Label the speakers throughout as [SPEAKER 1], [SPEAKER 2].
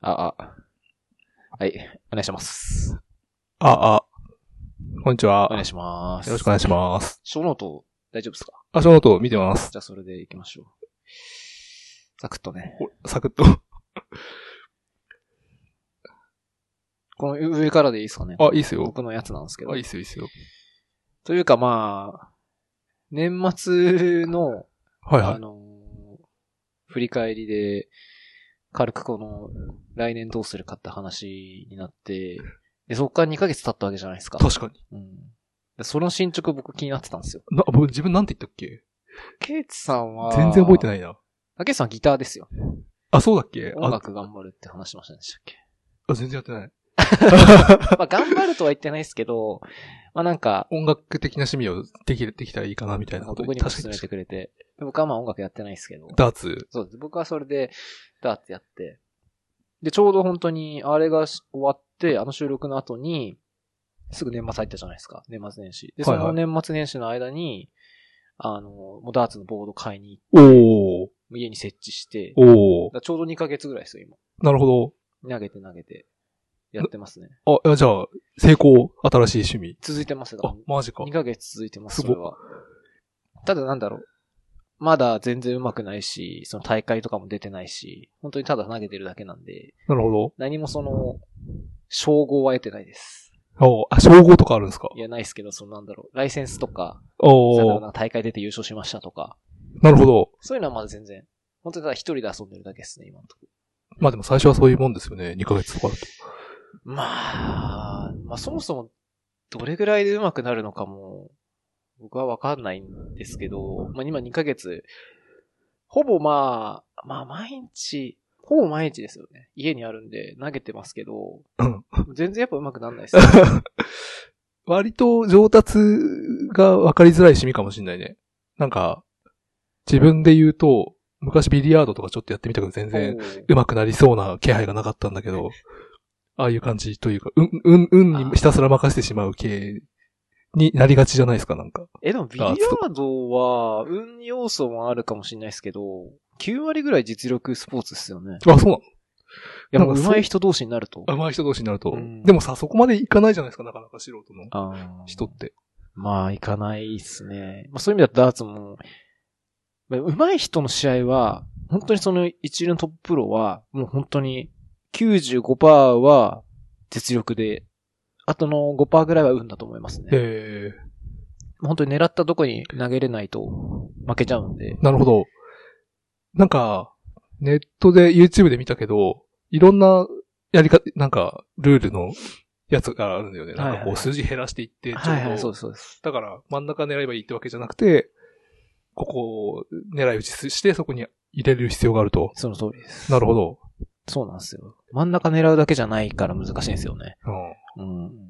[SPEAKER 1] あ、あ。はい。お願いします。
[SPEAKER 2] あ、あ、こんにちは。
[SPEAKER 1] お願い
[SPEAKER 2] よ
[SPEAKER 1] します。
[SPEAKER 2] ろしくお願いします。
[SPEAKER 1] す。小ノート、大丈夫ですか
[SPEAKER 2] あ、その後見てます。
[SPEAKER 1] じゃあそれで行きましょう。サクッとね。
[SPEAKER 2] おサクッと。
[SPEAKER 1] この上からでいいですかね
[SPEAKER 2] あ、いいっすよ。
[SPEAKER 1] 僕のやつなんですけど
[SPEAKER 2] あ、いい。っすよ、いいっすよ。
[SPEAKER 1] というかまあ、年末の、
[SPEAKER 2] はいは
[SPEAKER 1] あ
[SPEAKER 2] い。
[SPEAKER 1] のー振り返りで、軽くこの、来年どうするかって話になって、で、そこから2ヶ月経ったわけじゃないですか。
[SPEAKER 2] 確かに。
[SPEAKER 1] うん。でその進捗僕気になってたんですよ。
[SPEAKER 2] な、僕自分なんて言ったっけ
[SPEAKER 1] ケイツさんは、。
[SPEAKER 2] 全然覚えてないいな。
[SPEAKER 1] ケイツさんはギターですよ。
[SPEAKER 2] あ、そうだっけ
[SPEAKER 1] 音
[SPEAKER 2] あ、
[SPEAKER 1] 楽頑張るって話しましたでしたっけ。
[SPEAKER 2] あ全然やってない。
[SPEAKER 1] まあ、頑張るとは言ってないですけど、まあなんか、
[SPEAKER 2] 音楽的な趣味をできる、できたらいいかな、みたいなこと
[SPEAKER 1] 僕にも勧めてくれて、で僕はまあ音楽やってないですけど、
[SPEAKER 2] ダーツ。
[SPEAKER 1] そうです。僕はそれで、ダーってやって、で、ちょうど本当に、あれがし終わって、あの収録の後に、すぐ年末入ったじゃないですか。年末年始。で、
[SPEAKER 2] は
[SPEAKER 1] そ
[SPEAKER 2] いはい
[SPEAKER 1] の年末年始の間に、あの、もうダーツのボード買いに、
[SPEAKER 2] おー、
[SPEAKER 1] 家に設置して、だか
[SPEAKER 2] おー。
[SPEAKER 1] らちょうど2ヶ月ぐらいですよ、
[SPEAKER 2] なるほ
[SPEAKER 1] 今。投げて投げて、やってますね。
[SPEAKER 2] ど。あ、じゃあ、成功、新しい趣味。
[SPEAKER 1] 続いてますよ、だ
[SPEAKER 2] あ
[SPEAKER 1] から、
[SPEAKER 2] マジか
[SPEAKER 1] 2。ヶ月続いてます、
[SPEAKER 2] す
[SPEAKER 1] そ
[SPEAKER 2] ご
[SPEAKER 1] れ
[SPEAKER 2] っ
[SPEAKER 1] は。ただなんだろう。まだ全然上手くないし、その大会とかも出てないし、本当にただ投げてるだけなんで、
[SPEAKER 2] なるほど。
[SPEAKER 1] 何もその、称号は得てないです。
[SPEAKER 2] おーあ、称号とかあるんですか
[SPEAKER 1] いや、ないですけど、そのなんだろう。ライセンスとか、そ
[SPEAKER 2] お
[SPEAKER 1] の
[SPEAKER 2] ー、
[SPEAKER 1] なんか大会出て優勝しましたとか、
[SPEAKER 2] なるほど。
[SPEAKER 1] そういうのはまだ全然、本当にただ一人で遊んでるだけですね、今のとこ
[SPEAKER 2] まあでも最初はそういうもんですよね。2ヶ月とかだと。
[SPEAKER 1] まあ、まあそもそも、どれぐらいで上手くなるのかも、僕はわかんないんですけど、まあ今2ヶ月、ほぼまあ、まあ毎日、ほぼ毎日ですよね。家にあるんで投げてますけど
[SPEAKER 2] うん、
[SPEAKER 1] 全然やっぱ上手くならないです よ。
[SPEAKER 2] 割と上達が分かりづらい趣味かもしれないね。なんか、自分で言うと、昔ビリヤードとかちょっとやってみたけど全然
[SPEAKER 1] おー
[SPEAKER 2] 上手くなりそうな気配がなかったんだけど、ああいう感じというか、うん、うん、うんにひたすら任せてしまう系になりがちじゃないですか、なんか。
[SPEAKER 1] え、でもビリヤードは、運要素もあるかもしれないですけど、9割ぐらい実力スポーツですよね。
[SPEAKER 2] あ、そうなの
[SPEAKER 1] いや、もう
[SPEAKER 2] なんかそ
[SPEAKER 1] 上
[SPEAKER 2] う
[SPEAKER 1] 手い人同士になると。
[SPEAKER 2] 上手い人同士になると。
[SPEAKER 1] うん
[SPEAKER 2] でもさ、そこまでいかないじゃないですか、なかなか素人の
[SPEAKER 1] あー
[SPEAKER 2] 人って。
[SPEAKER 1] まあ、いかないですね。まあ、そういう意味だとダーツも、まあ上手い人の試合は、本当にその一流のトッププロは、もう本当に95%は実力で、あとの5%ぐらいは運だと思いますね。
[SPEAKER 2] え
[SPEAKER 1] 本当に狙ったとこに投げれないと負けちゃうんで。
[SPEAKER 2] なるほど。なんか、ネットで YouTube で見たけど、いろんなやり方、なんか、ルールのやつがあるんだよね。なん
[SPEAKER 1] は
[SPEAKER 2] か
[SPEAKER 1] いは
[SPEAKER 2] こ
[SPEAKER 1] いう
[SPEAKER 2] 数字減らしていって、ちょっと、
[SPEAKER 1] はいはい、そうです、そうです。
[SPEAKER 2] だから真ん中狙えばいいってわけじゃなくて、ここを狙い撃ちして、そこに入れる必要があると。
[SPEAKER 1] その通りです。
[SPEAKER 2] なるほど。
[SPEAKER 1] そうなんですよ。真ん中狙うだけじゃないから難しいんですよね。
[SPEAKER 2] うん
[SPEAKER 1] うん。だ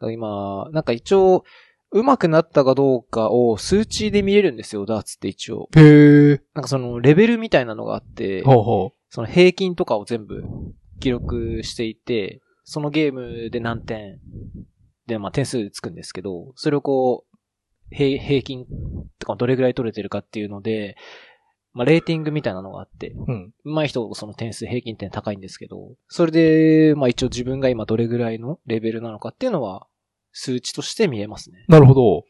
[SPEAKER 1] から今、なんか一応、上手くなったかどうかを数値で見れるんですよ、ダーツって一応。
[SPEAKER 2] へえ。
[SPEAKER 1] なんかそのレベルみたいなのがあって、
[SPEAKER 2] ほうほ
[SPEAKER 1] その平均とかを全部記録していて、そのゲームで何点で、まあ点数つくんですけど、それをこう、平平均とかどれぐらい取れてるかっていうので、まあレーティングみたいなのがあって、
[SPEAKER 2] う。うん。
[SPEAKER 1] 上手い人、その点数、平均点高いんですけど、それで、まあ一応自分が今どれぐらいのレベルなのかっていうのは、数値として見えますね。
[SPEAKER 2] なるほど。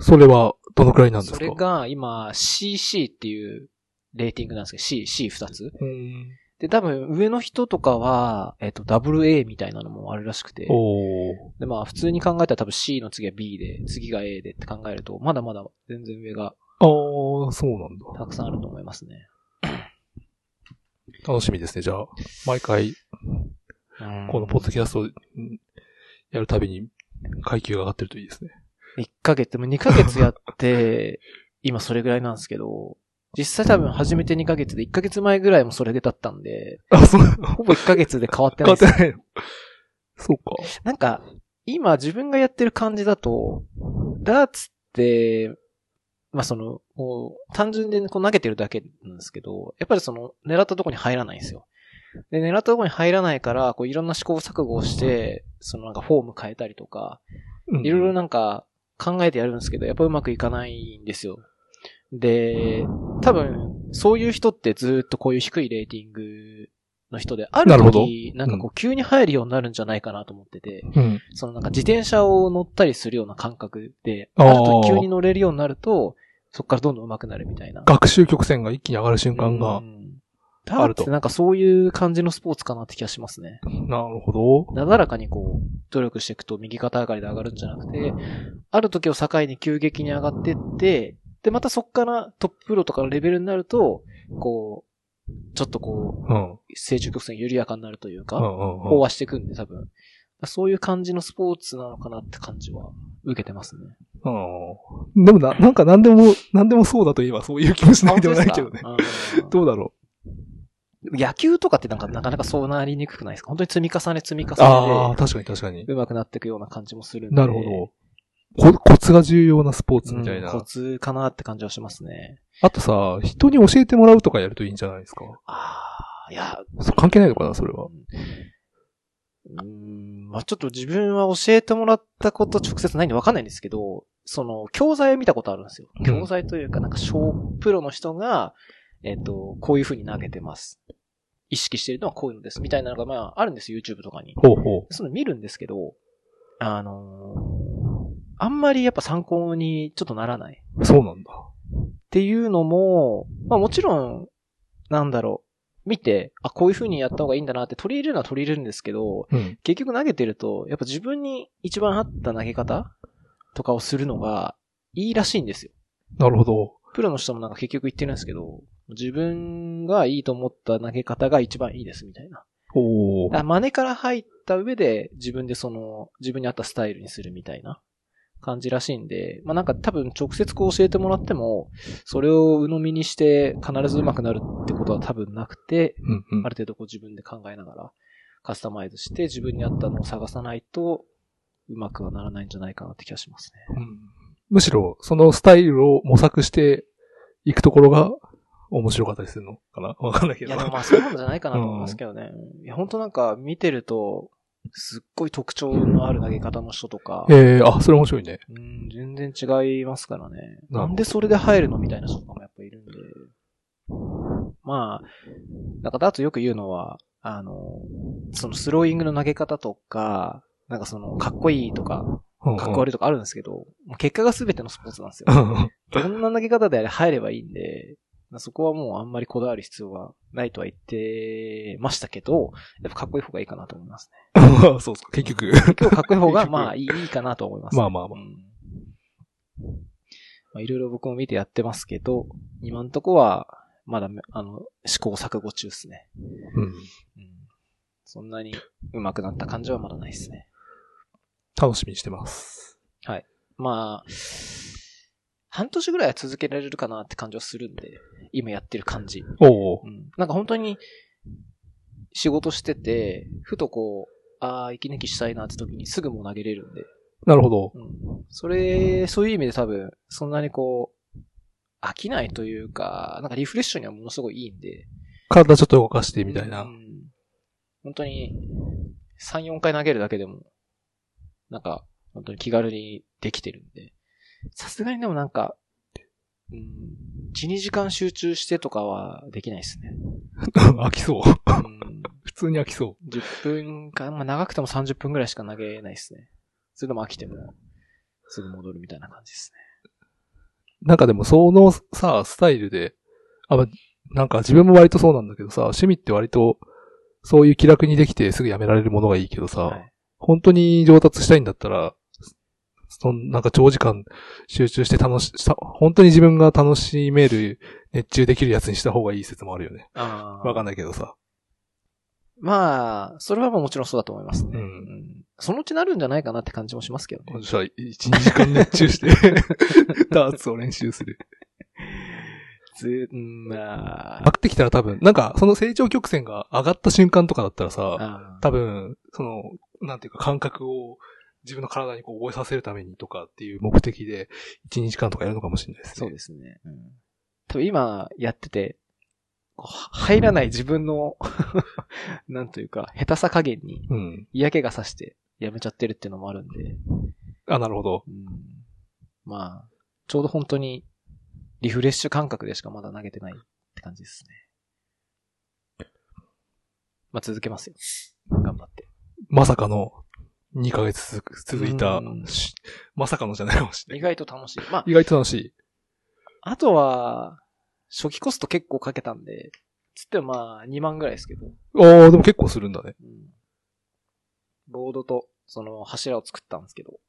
[SPEAKER 2] それは、どのくらいなんです
[SPEAKER 1] そ
[SPEAKER 2] か
[SPEAKER 1] れが今、CC っていうレーティングなんですけど、C、C2 つ。
[SPEAKER 2] うん。
[SPEAKER 1] で、多分上の人とかは、えっと、WA みたいなのもあるらしくて、
[SPEAKER 2] おー。
[SPEAKER 1] で、まあ普通に考えたら多分 C の次は B で、次が A でって考えると、まだまだ全然上が
[SPEAKER 2] あー、そうなんだ。
[SPEAKER 1] たくさんあると思いますね。
[SPEAKER 2] 楽しみですね。じゃあ、毎回、このポッドキャストをうんやるたびに階級が上がってるといいです ね。
[SPEAKER 1] 一ヶ月、もう2ヶ月やって、 今それぐらいなんですけど、実際多分始めて2ヶ月で、1ヶ月前ぐらいもそれでだったんで、
[SPEAKER 2] あ、そう、
[SPEAKER 1] ほぼ1ヶ月で変わってな
[SPEAKER 2] 変
[SPEAKER 1] いで
[SPEAKER 2] わって
[SPEAKER 1] す。
[SPEAKER 2] ないの。そうか。
[SPEAKER 1] なんか、今自分がやってる感じだと、ダーツって、まあその、こう単純でこう投げてるだけなんですけど、やっぱりその、狙ったとこに入らないんですよ。で、狙ったとこに入らないから、こういろんな試行錯誤をして、そのなんかフォーム変えたりとか、
[SPEAKER 2] うん
[SPEAKER 1] いろいろなんか考えてやるんですけど、やっぱうまくいかないんですよ。で、多分、そういう人ってずっとこういう低いレーティングの人で、あ
[SPEAKER 2] な
[SPEAKER 1] る
[SPEAKER 2] るほど
[SPEAKER 1] 時、なんかこう急に入るようになるんじゃないかなと思ってて、
[SPEAKER 2] うん。
[SPEAKER 1] そのなんか自転車を乗ったりするような感覚で、
[SPEAKER 2] あ
[SPEAKER 1] あ
[SPEAKER 2] ー
[SPEAKER 1] る時急に乗れるようになると、そこからどんどん上手くなるみたいな。
[SPEAKER 2] 学習曲線が一気に上がる瞬間が
[SPEAKER 1] う、んダーツってなんかそういう感じのスポーツかなって気がしますね。
[SPEAKER 2] なるほど。
[SPEAKER 1] なだらかにこう、努力していくと右肩上がりで上がるんじゃなくて、ある時を境に急激に上がってって、で、またそっからトッププロとかのレベルになると、こう、ちょっとこう、
[SPEAKER 2] うん。うん
[SPEAKER 1] 成長曲線が緩やかになるという
[SPEAKER 2] う
[SPEAKER 1] か、
[SPEAKER 2] ん
[SPEAKER 1] 飽
[SPEAKER 2] うん。
[SPEAKER 1] 和していくんで多分。そういう感じのスポーツなのかなって感じは受けてますね。
[SPEAKER 2] うん。でもな、なんか何でも、何でもそうだといえばそういう気もし ないでもないけどね。
[SPEAKER 1] あ本当ですか。
[SPEAKER 2] どうだろ
[SPEAKER 1] うん野球とかってなんかなかなかそうなりにくくないですか本当に積み重ね積み重ね
[SPEAKER 2] う。ああ、
[SPEAKER 1] で
[SPEAKER 2] 確かに確かに。
[SPEAKER 1] 上手くなっていくような感じもするんで。
[SPEAKER 2] なるほど。こコツが重要なスポーツみたい
[SPEAKER 1] うん
[SPEAKER 2] な。
[SPEAKER 1] コツかなって感じはしますね。
[SPEAKER 2] あとさ、人に教えてもらうとかやるといいんじゃないですか。
[SPEAKER 1] ああ、いや、
[SPEAKER 2] そう関係ないのかな、それは。
[SPEAKER 1] うん。うん、まあちょっと自分は教えてもらったこと直接ないんでわかんないんですけど、その、教材を見たことあるんですよ。
[SPEAKER 2] ん
[SPEAKER 1] 教材というか、なんか、小プロの人が、えっ、と、こういう風に投げてます。意識してるのはこういうのです。みたいなのが、まああるんですよ、YouTube とかに。
[SPEAKER 2] ほうほう。
[SPEAKER 1] その見るんですけど、あのーあんまりやっぱ参考にちょっとならない。っ
[SPEAKER 2] そうなんだ。
[SPEAKER 1] ていうのも、まあもちろん、なんだろう、見て、あ、こういう風にやった方がいいんだなって取り入れるのは取り入れるんですけど、
[SPEAKER 2] うん。
[SPEAKER 1] 結局投げてると、やっぱ自分に一番合った投げ方とかをするのがいいらしいんですよ。
[SPEAKER 2] なるほど。
[SPEAKER 1] プロの人もなんか結局言ってるんですけど、自分がいいと思った投げ方が一番いいですみたいな。
[SPEAKER 2] おお。
[SPEAKER 1] あ真似から入った上で自分でその、自分に合ったスタイルにするみたいな感じらしいんで、まあなんか多分直接こう教えてもらっても、それを鵜呑みにして必ず上手くなるってことは多分なくて、
[SPEAKER 2] うんうん
[SPEAKER 1] ある程度こう自分で考えながらカスタマイズして自分に合ったのを探さないと、うまくはならないんじゃないかなって気がしますね。
[SPEAKER 2] うんむしろ、そのスタイルを模索していくところが面白かったりするのかなわかんないけ
[SPEAKER 1] い
[SPEAKER 2] ど。
[SPEAKER 1] やでもまあそうなんじゃないかなと思いますけどね。いや本当なんか見てると、すっごい特徴のある投げ方の人とか、
[SPEAKER 2] ええあ、それ面白いね。
[SPEAKER 1] うん、全然違いますからね。
[SPEAKER 2] なるほど
[SPEAKER 1] なんでそれで入るのみたいな人とかもやっぱいるんで。まあ、なんかだとよく言うのは、あの、そのスローイングの投げ方とか、なんかその、かっこいいとか、
[SPEAKER 2] うんうん
[SPEAKER 1] かっこ悪いとかあるんですけど、もう結果が全てのスポーツなんですよ
[SPEAKER 2] う。んうん
[SPEAKER 1] どんな投げ方であれ入ればいいんで、そこはもうあんまりこだわる必要はないとは言ってましたけど、やっぱかっこいい方がいいかなと思いますね。
[SPEAKER 2] ま あそうそう、結 局。
[SPEAKER 1] 今日かっこいい方 が、まあいいいいかなと思います。
[SPEAKER 2] まあまあまあ。
[SPEAKER 1] うんまあ、いろいろ僕も見てやってますけど、今んとこは、まだめ、あの、試行錯誤中ですね。
[SPEAKER 2] うん
[SPEAKER 1] うん、そんなに上手くなった感じはまだないですね。
[SPEAKER 2] 楽しみにしてます。
[SPEAKER 1] まあ、半年ぐらいは続けられるかなって感じはするんで、今やってる感じ。
[SPEAKER 2] おお
[SPEAKER 1] う。ん、なんか本当に、仕事してて、ふとこう、ああ、息抜きしたいなって時にすぐもう投げれるんで、
[SPEAKER 2] なるほど。
[SPEAKER 1] うんそれ、そういう意味で多分、そんなにこう、飽きないというか、なんかリフレッシュにはものすごいいいんで。
[SPEAKER 2] 体ちょっと動かしてみたいうな。
[SPEAKER 1] ん本当に、3、4回投げるだけでも、なんか、本当に気軽にできてるんで。さすがにでもなんか、うん、1、2時間集中してとかはできないですね。
[SPEAKER 2] 飽きそ
[SPEAKER 1] う
[SPEAKER 2] う。
[SPEAKER 1] ん、
[SPEAKER 2] 普通に飽きそ
[SPEAKER 1] 10分間、まあ長くても30分ぐらいしか投げないですね。それでも飽きても、すぐ戻るみたいな感じですね。
[SPEAKER 2] う。なんかでもそのさ、スタイルで、あ、まなんか自分も割とそうなんだけどさ、趣味って割と、そういう気楽にできてすぐやめられるものがいいけどさ、
[SPEAKER 1] はい
[SPEAKER 2] 本当に上達したいんだったら、そのなんか長時間集中して楽し、した本当に自分が楽しめる、熱中できるやつにした方がいい説もあるよね。
[SPEAKER 1] あ
[SPEAKER 2] わかん
[SPEAKER 1] ない。
[SPEAKER 2] ないけどさ。
[SPEAKER 1] まあ、それはもちろんそうだと思いますね。
[SPEAKER 2] う。
[SPEAKER 1] うんんそのうちなるんじゃないかなって感じもしますけどね。
[SPEAKER 2] じゃあ、1、2時間熱中して、 ダーツを練習する。
[SPEAKER 1] ず、うん、ま
[SPEAKER 2] 飽きてきたら多分、なんか、その成長曲線が上がった瞬間とかだったらさ、
[SPEAKER 1] あ
[SPEAKER 2] 多分、その、なんていうか感覚を自分の体にこう覚えさせるためにとかっていう目的で、1、2時間とかやるのかもしれないです
[SPEAKER 1] そう
[SPEAKER 2] ね。
[SPEAKER 1] ですね。うん、多分今やってて、こうは入らない自分の、 なんというか、下手さ加減に
[SPEAKER 2] うん。
[SPEAKER 1] 嫌気がさしてやめちゃってるっていうのもあるんで、
[SPEAKER 2] あ、なるほど。
[SPEAKER 1] うん、まあ、ちょうど本当にリフレッシュ感覚でしかまだ投げてないっって感じですね。まあ、続けますよ。頑張って。
[SPEAKER 2] まさかの2ヶ月続く続いた
[SPEAKER 1] うん、
[SPEAKER 2] しまさかのじゃないかもしれない。
[SPEAKER 1] 意外と楽しい。まあ、
[SPEAKER 2] 意外と楽しい。
[SPEAKER 1] あとは、初期コスト結構かけたんで、つってもまあ、2万ぐらいですけど、
[SPEAKER 2] ああ、でも結構するんだね。
[SPEAKER 1] うんボードと、その柱を作ったんですけど、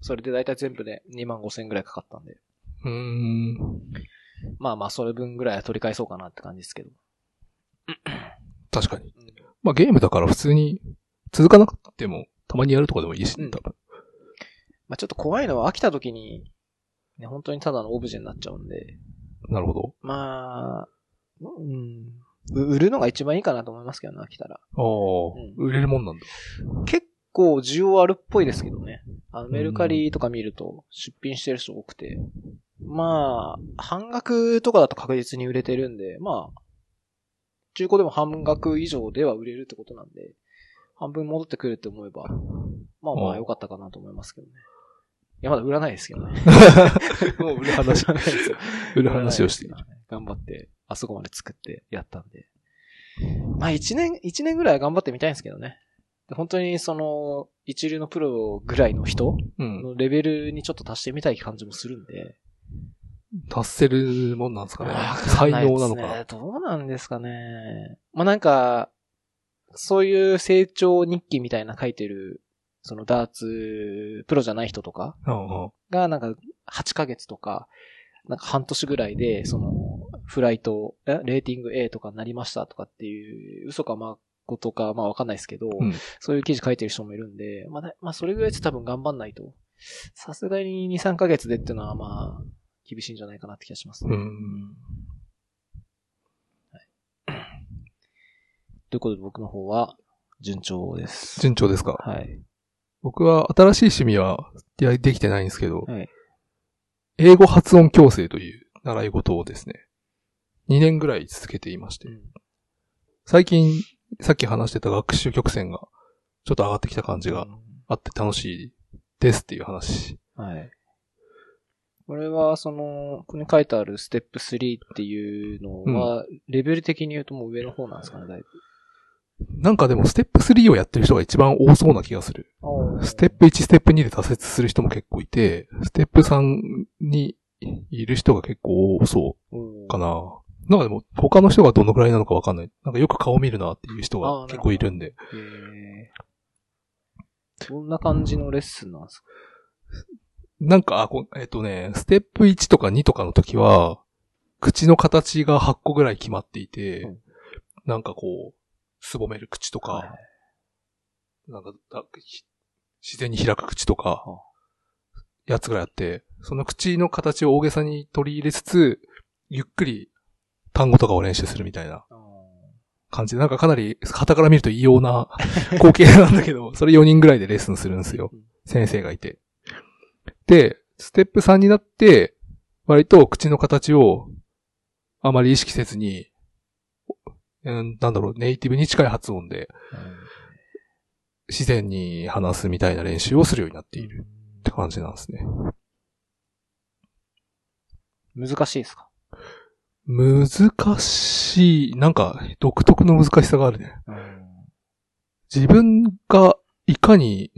[SPEAKER 1] それで大体全部で2万5千ぐらいかかったんで、
[SPEAKER 2] うーん。
[SPEAKER 1] まあまあ、それ分ぐらいは取り返そうかなって感じですけど。
[SPEAKER 2] 確かに。
[SPEAKER 1] うん
[SPEAKER 2] まあゲームだから普通に続かなくてもたまにやるとかでもいいし、
[SPEAKER 1] うん
[SPEAKER 2] 多分。
[SPEAKER 1] まあ、ちょっと怖いのは飽きた時に、ね、本当にただのオブジェになっちゃうんで、
[SPEAKER 2] なるほ
[SPEAKER 1] まあ、うん、う売るのが一番いいかなと思いますけどね、飽きたら。
[SPEAKER 2] ど。ああ、
[SPEAKER 1] う
[SPEAKER 2] 売れるもんなんだ。
[SPEAKER 1] 結構需要あるっぽいですけどね。あのメルカリとか見ると出品してる人多くて。まあ、半額とかだと確実に売れてるんで、まあ、中古でも半額以上では売れるってことなんで、半分戻ってくるって思えば、まあま
[SPEAKER 2] うん
[SPEAKER 1] あ良かったかなと思いますけどね。いや、まだ売らないですけどね。 もう売る
[SPEAKER 2] 話
[SPEAKER 1] ないですよ。
[SPEAKER 2] 売る話をしている。
[SPEAKER 1] 頑張って、あそこまで作ってやったんで。まあ一年、一年ぐらいは頑張ってみたいんですけどね。で本当にその、一流のプロぐらいの人
[SPEAKER 2] うん。
[SPEAKER 1] のレベルにちょっと足してみたい感じもするんで。
[SPEAKER 2] 達せるもんなんですかね
[SPEAKER 1] わ。か
[SPEAKER 2] 才
[SPEAKER 1] んないで
[SPEAKER 2] 能
[SPEAKER 1] す
[SPEAKER 2] な
[SPEAKER 1] ね
[SPEAKER 2] のか。。
[SPEAKER 1] どうなんですかね。まあなんか、そういう成長日記みたいな書いてる、そのダーツプロじゃない人とか、
[SPEAKER 2] うんうん。
[SPEAKER 1] が、なんか、8ヶ月とか、なんか半年ぐらいで、その、フライト、えレーティング A とかになりましたとかっていう、嘘かまことか、まあわかんないですけど、
[SPEAKER 2] ん
[SPEAKER 1] そういう記事書いてる人もいるんで、まあ、だまあ、それぐらいで多分頑張んないと。さすがに2、3ヶ月でっていうのは、まあ、厳しいんじゃないかなって気がします、
[SPEAKER 2] う
[SPEAKER 1] ね
[SPEAKER 2] ん。
[SPEAKER 1] ということで僕の方は、順調です。
[SPEAKER 2] 順調ですか。
[SPEAKER 1] はい。
[SPEAKER 2] 僕は新しい趣味は、いや、できてないんですけど、
[SPEAKER 1] はい。
[SPEAKER 2] 英語発音矯正という習い事をですね、2年ぐらい続けていまして
[SPEAKER 1] う、ん
[SPEAKER 2] 最近、さっき話してた学習曲線が、ちょっと上がってきた感じがあって楽しいですっていう話。
[SPEAKER 1] はい。これは、その、ここに書いてあるステップ3っていうのは、レベル的に言うともう上の方なんですかね、だいぶ。
[SPEAKER 2] なんかでも、ステップ3をやってる人が一番多そうな気がする。ステッ
[SPEAKER 1] プ
[SPEAKER 2] プ1、ステップ2で挫折する人も結構いて、ステップ3にいる人が結構多そうかな。なんかでも、他の人がどのくらいなのかわかんない。なんかよく顔見るなっていう人
[SPEAKER 1] あー
[SPEAKER 2] が結構いるんで。
[SPEAKER 1] へーどんな感じのレッスンなんですか
[SPEAKER 2] なんか、あこえっとね、ステップ1とか2とかの時は、口の形が8個ぐらい決まっていて、
[SPEAKER 1] うん
[SPEAKER 2] なんかこう、すぼめる口とか、
[SPEAKER 1] はい
[SPEAKER 2] なんかだひ自然に開く口とか
[SPEAKER 1] は、
[SPEAKER 2] やつぐらいあって、その口の形を大げさに取り入れつつ、ゆっくり単語とかを練習するみたいな
[SPEAKER 1] あ
[SPEAKER 2] 感じで、なんかかなり、傍から見ると異様な光景なんだけど、それ4人ぐらいでレッスンするんですよ
[SPEAKER 1] うん。
[SPEAKER 2] 先生がいて。で、ステップ3になって、割と口の形をあまり意識せずに、おうんなんだろう、ネイティブに近い発音で
[SPEAKER 1] ー
[SPEAKER 2] 自然に話すみたいな練習をするようになっているって感じなんですね。
[SPEAKER 1] 難しいですか
[SPEAKER 2] 難しい、なんか独特の難しさがあるね。自分がいかに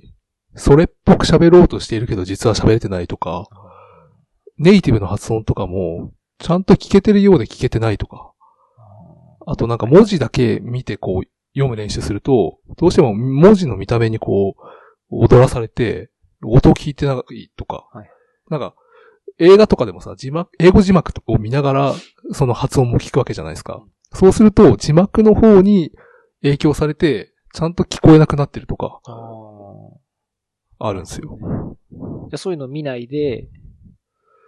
[SPEAKER 2] それっぽく喋ろうとしているけど実は喋れてないとか、ネイティブの発音とかもちゃんと聞けてるようで聞けてないとか、あとなんか文字だけ見てこう読む練習すると、どうしても文字の見た目にこう踊らされて音を聞いてないとか、
[SPEAKER 1] はい
[SPEAKER 2] なんか映画とかでもさ、字幕、英語字幕とかを見ながらその発音も聞くわけじゃないですか。そうすると字幕の方に影響されて、ちゃんと聞こえなくなってるとか、
[SPEAKER 1] あー
[SPEAKER 2] あるんですよ。
[SPEAKER 1] じゃあそういうの見ないで、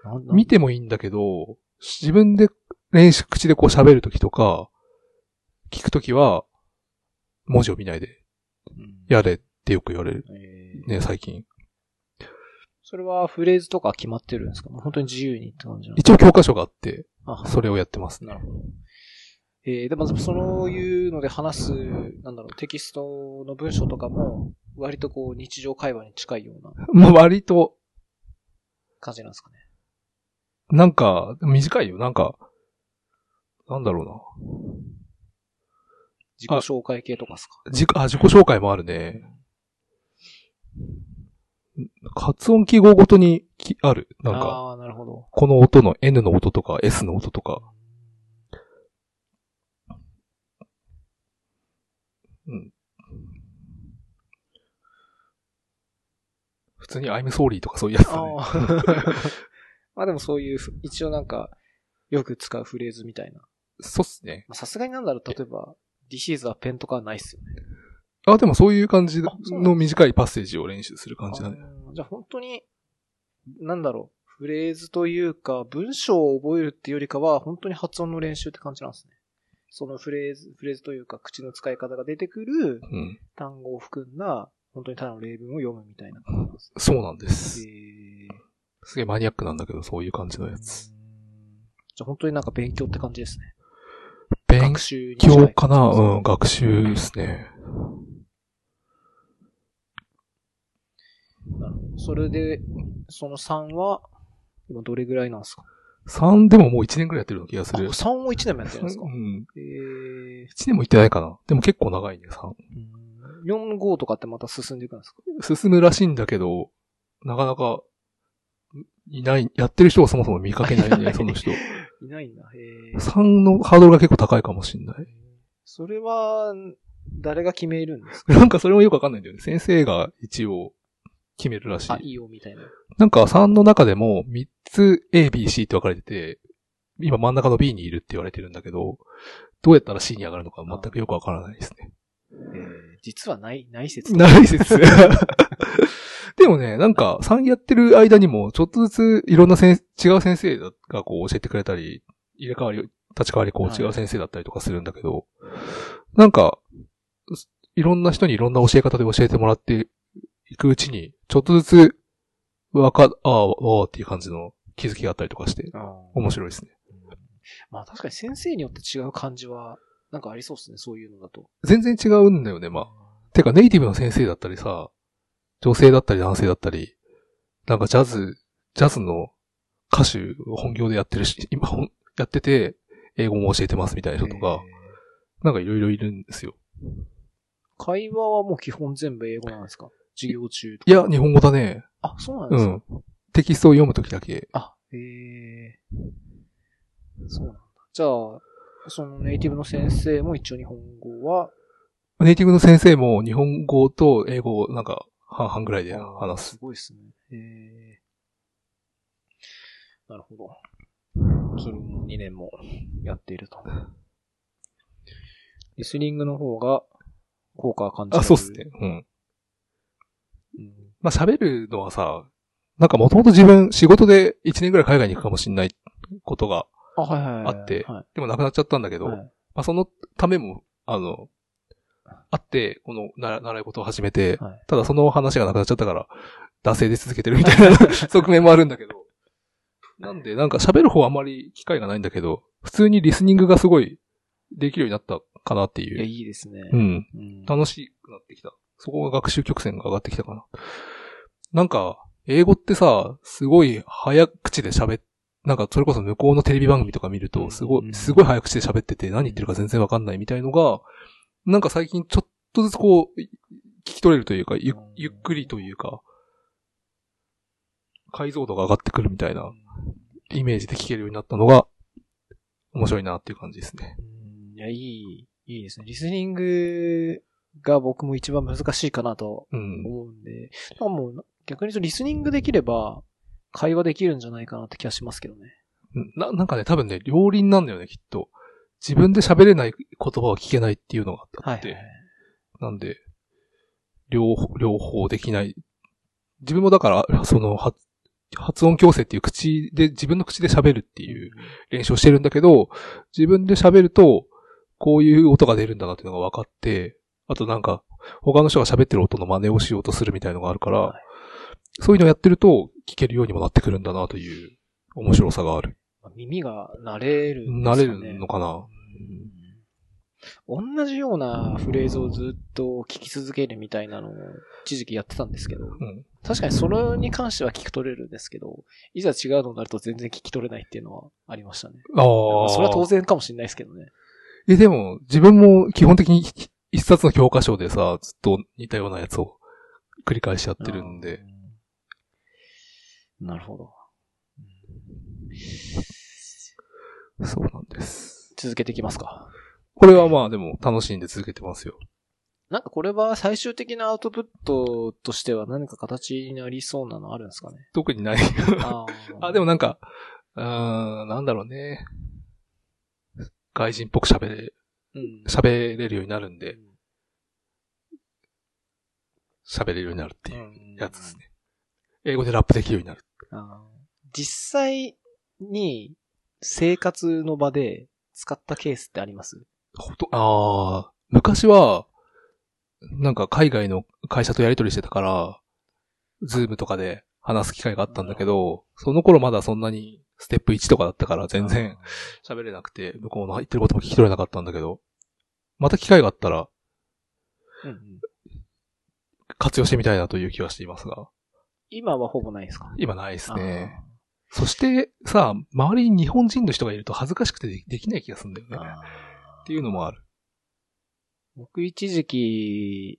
[SPEAKER 1] なんなん
[SPEAKER 2] 見てもいいんだけど、自分で練習、口でこう喋るときとか、聞くときは、文字を見ないで、
[SPEAKER 1] うん
[SPEAKER 2] やれってよく言われる。
[SPEAKER 1] えー
[SPEAKER 2] ね、最近。
[SPEAKER 1] それはフレーズとか決まってるんですかもう本当に自由にって感じなんです
[SPEAKER 2] 一応教科書があって、
[SPEAKER 1] かあ
[SPEAKER 2] それをやってますね
[SPEAKER 1] な。るほど。えー、でもそういうので話す、なんだろう、テキストの文章とかも、割とこう日常会話に近いような
[SPEAKER 2] まあ割と、
[SPEAKER 1] 感じなんですかね。
[SPEAKER 2] なんか、短いよ。なんか、なんだろ
[SPEAKER 1] 自己紹介系とかですか
[SPEAKER 2] うな。自己、あ、自己紹介もあるね。発音記号ごとにきある。なんか、
[SPEAKER 1] ああー、なるほど。
[SPEAKER 2] この音の N の音とか S の音とか。うん。普通に I'm sorry とかそういうやつだね。
[SPEAKER 1] ああ。 まあでもそういう、一応なんか、よく使うフレーズみたいな。
[SPEAKER 2] そうっすね。
[SPEAKER 1] まあさすがになんだろう、例えば、This is a pen とかはないっすよね。
[SPEAKER 2] あ、でもそういう感じ
[SPEAKER 1] あそうなんだ
[SPEAKER 2] の短いパッセージを練習する感じだね。
[SPEAKER 1] あーじゃあ本当に、なんだろう、フレーズというか、文章を覚えるっていうよりかは、本当に発音の練習って感じなんですね。そのフレーズ、フレーズというか、口の使い方が出てくる
[SPEAKER 2] うん。
[SPEAKER 1] 単語を含んだ、本当にただの例文を読むみたいな感じなんです
[SPEAKER 2] そうなんです。
[SPEAKER 1] ね。
[SPEAKER 2] すげえマニアックなんだけど、そういう感じの
[SPEAKER 1] へー
[SPEAKER 2] や
[SPEAKER 1] うーん
[SPEAKER 2] つ。
[SPEAKER 1] じゃあ本当になんか勉強って感じですね。
[SPEAKER 2] 勉
[SPEAKER 1] 学習に近い
[SPEAKER 2] 強かなうん、学習ですね。
[SPEAKER 1] なるほどそれで、その3は、今どれぐらいなんですか
[SPEAKER 2] 3でももう1年くらいやってるような気がす
[SPEAKER 1] あ
[SPEAKER 2] る。
[SPEAKER 1] ?3 を1年もやってるんですか
[SPEAKER 2] うん。
[SPEAKER 1] えー
[SPEAKER 2] 1年も行ってないかな。でも結構長いね、3。
[SPEAKER 1] 4、5とかってまた進んでいくんですか
[SPEAKER 2] 進むらしいんだけど、なかなか、いない、やってる人はそもそも見かけない
[SPEAKER 1] いな
[SPEAKER 2] ね、
[SPEAKER 1] い
[SPEAKER 2] その人。
[SPEAKER 1] いないんだ。えー、
[SPEAKER 2] 3のハードルが結構高いかもしんない。
[SPEAKER 1] それは、誰が決めるんですか
[SPEAKER 2] なんかそれもよくわかんないんだよね。先生が一応決めるらし
[SPEAKER 1] あ、
[SPEAKER 2] い。
[SPEAKER 1] いいよ、みたいな。
[SPEAKER 2] なんか3の中でも3つ A、B、C って分かれてて、今真ん中の B にいるって言われてるんだけど、どうやったら C に上がるのか全くよくわからないですね。
[SPEAKER 1] えー、実はない、ない説。
[SPEAKER 2] ない 説。でもね、なんか3やってる間にも、ちょっとずついろんな先違う先生がこう教えてくれたり、入れ替わり、立ち替わりこ
[SPEAKER 1] は
[SPEAKER 2] う
[SPEAKER 1] い
[SPEAKER 2] 違う先生だったりとかするんだけど、なんか、すいろんな人にいろんな教え方で教えてもらっていくうちに、ちょっとずつ、わか、ああ、わあっていう感じの気づきがあったりとかして、
[SPEAKER 1] あー
[SPEAKER 2] 面白いですね。
[SPEAKER 1] まあ確かに先生によって違う感じは、なんかありそうですね、そういうのだと。
[SPEAKER 2] 全然違うんだよね、まあ。てか、ネイティブの先生だったりさ、女性だったり男性だったり、なんかジャズ、ジャズの歌手を本業でやってるし、今ほんやってて、英語も教えてますみたいな人とか、なんかいろいろいるんですよ。
[SPEAKER 1] 会話はもう基本全部英語なんですか授業中とか。
[SPEAKER 2] いや、日本語だね。
[SPEAKER 1] あ、そうなんで
[SPEAKER 2] う
[SPEAKER 1] すか、
[SPEAKER 2] ん。テキストを読むときだけ。
[SPEAKER 1] あ、へえそうなんだ。じゃあ、そのネイティブの先生も一応日本語は、
[SPEAKER 2] ネイティブの先生も日本語と英語をなんか半々ぐらいで話
[SPEAKER 1] す
[SPEAKER 2] す。
[SPEAKER 1] ごいですね。へえなるほど。それも2年もやっていると。リスニングの方が効果は感じられる
[SPEAKER 2] あ、そうっすね。。うん。
[SPEAKER 1] うん
[SPEAKER 2] まあ喋るのはさ、なんかもともと自分仕事で1年ぐらい海外に行くかもしんないことが、
[SPEAKER 1] あ、はいはいはい。
[SPEAKER 2] あって
[SPEAKER 1] はい
[SPEAKER 2] でもなくなっちゃったんだけど、
[SPEAKER 1] はい
[SPEAKER 2] まあ、そのためも、あの、あって、このな習い事を始めて、
[SPEAKER 1] はい
[SPEAKER 2] ただその話がなくなっちゃったから、惰性で続けてるみたいな 側面もあるんだけど。なんで、なんか喋る方はあまり機会がないんだけど、普通にリスニングがすごいできるようになったかなって
[SPEAKER 1] いや、
[SPEAKER 2] いう。
[SPEAKER 1] いいですね。
[SPEAKER 2] うん。
[SPEAKER 1] うん
[SPEAKER 2] 楽しくなってきた。そこが学習曲線が上がってきたかな。なんか、英語ってさ、すごい早口で喋っ、なんかそれこそ向こうのテレビ番組とか見
[SPEAKER 1] う
[SPEAKER 2] る
[SPEAKER 1] ん
[SPEAKER 2] と、すご
[SPEAKER 1] うん
[SPEAKER 2] い、すごい早口で喋ってて何言ってるか全然わかんないみたいのが、なんか最近ちょっとずつこう、い聞き取れるというか、ゆ
[SPEAKER 1] うん
[SPEAKER 2] ゆっくりというか、解像度が上がってくるみたいなイメージで聞けるようになったのが、面白いなっていう感じですね。
[SPEAKER 1] うんいや、いい、いいですね。リスニングが僕も一番難しいかなと
[SPEAKER 2] うん。
[SPEAKER 1] 思うんで、まあもう逆に言うとリスニングできれば会話できるんじゃないかなって気がしますけどね。
[SPEAKER 2] な、なんかね、多分ね、両輪なんだよね、きっと。自分で喋れない言葉は聞けないっていうのがあ
[SPEAKER 1] は
[SPEAKER 2] っ
[SPEAKER 1] い
[SPEAKER 2] て。。なんで、両方、両方できない。自分もだから、その、発、発音矯正っていう口で、自分の口で喋るっていう練習をしてるんだけど、自分で喋ると、こういう音が出るんだなっていうのが分かって、あとなんか、他の人が喋ってる音の真似をしようとするみたいのがあるから、
[SPEAKER 1] はい
[SPEAKER 2] そういうのをやってると、聞けるようにもなってくるんだなという、面白さがある。
[SPEAKER 1] まあ耳が慣れるんですか
[SPEAKER 2] 慣
[SPEAKER 1] ね、
[SPEAKER 2] れるのかな
[SPEAKER 1] うん同じようなフレーズをずっと聞き続けるみたいなのを一時期やってたんですけど、
[SPEAKER 2] うん。
[SPEAKER 1] 確かにそれに関しては聞き取れるんですけど、いざ違うのになると全然聞き取れないっていうのはありましたね。
[SPEAKER 2] ああ。
[SPEAKER 1] それは当然かもしれないですけどね。
[SPEAKER 2] え、でも、自分も基本的にひ一冊の教科書でさ、ずっと似たようなやつを繰り返しやってるんで。
[SPEAKER 1] うん。なるほど。
[SPEAKER 2] そうなんです。
[SPEAKER 1] 続けていきますか。
[SPEAKER 2] これはまあでも楽しんで続けてますよ。
[SPEAKER 1] なんかこれは最終的なアウトプットとしては何か形になりそうなのあるんですかね。
[SPEAKER 2] 特にない。
[SPEAKER 1] あー
[SPEAKER 2] あ、でもなんか、うーん、なんだろうね。外人っぽく喋れ、
[SPEAKER 1] うん、
[SPEAKER 2] 喋れるようになるん
[SPEAKER 1] う
[SPEAKER 2] で、
[SPEAKER 1] ん
[SPEAKER 2] 喋れるようになるってい
[SPEAKER 1] う
[SPEAKER 2] う
[SPEAKER 1] ん
[SPEAKER 2] やつですね。英語でラップできるようになる。
[SPEAKER 1] あー実際に生活の場で使ったケースってあります
[SPEAKER 2] ほと、ああ、昔は、なんか海外の会社とやりとりしてたから、ズームとかで話す機会があったんだけど、その頃まだそんなにステップ1とかだったから全然。喋れなくて、向こうの言ってることも聞き取れなかったんだけど、また機会があったら
[SPEAKER 1] うんうん
[SPEAKER 2] 活用してみたいなという気はしていますが、
[SPEAKER 1] 今はほぼないですか
[SPEAKER 2] 今ないですね。そしてさ、周りに日本人の人がいると恥ずかしくてでできない気がするんだよ
[SPEAKER 1] あー
[SPEAKER 2] ね。
[SPEAKER 1] あー
[SPEAKER 2] っていうのもある。
[SPEAKER 1] 僕一時期、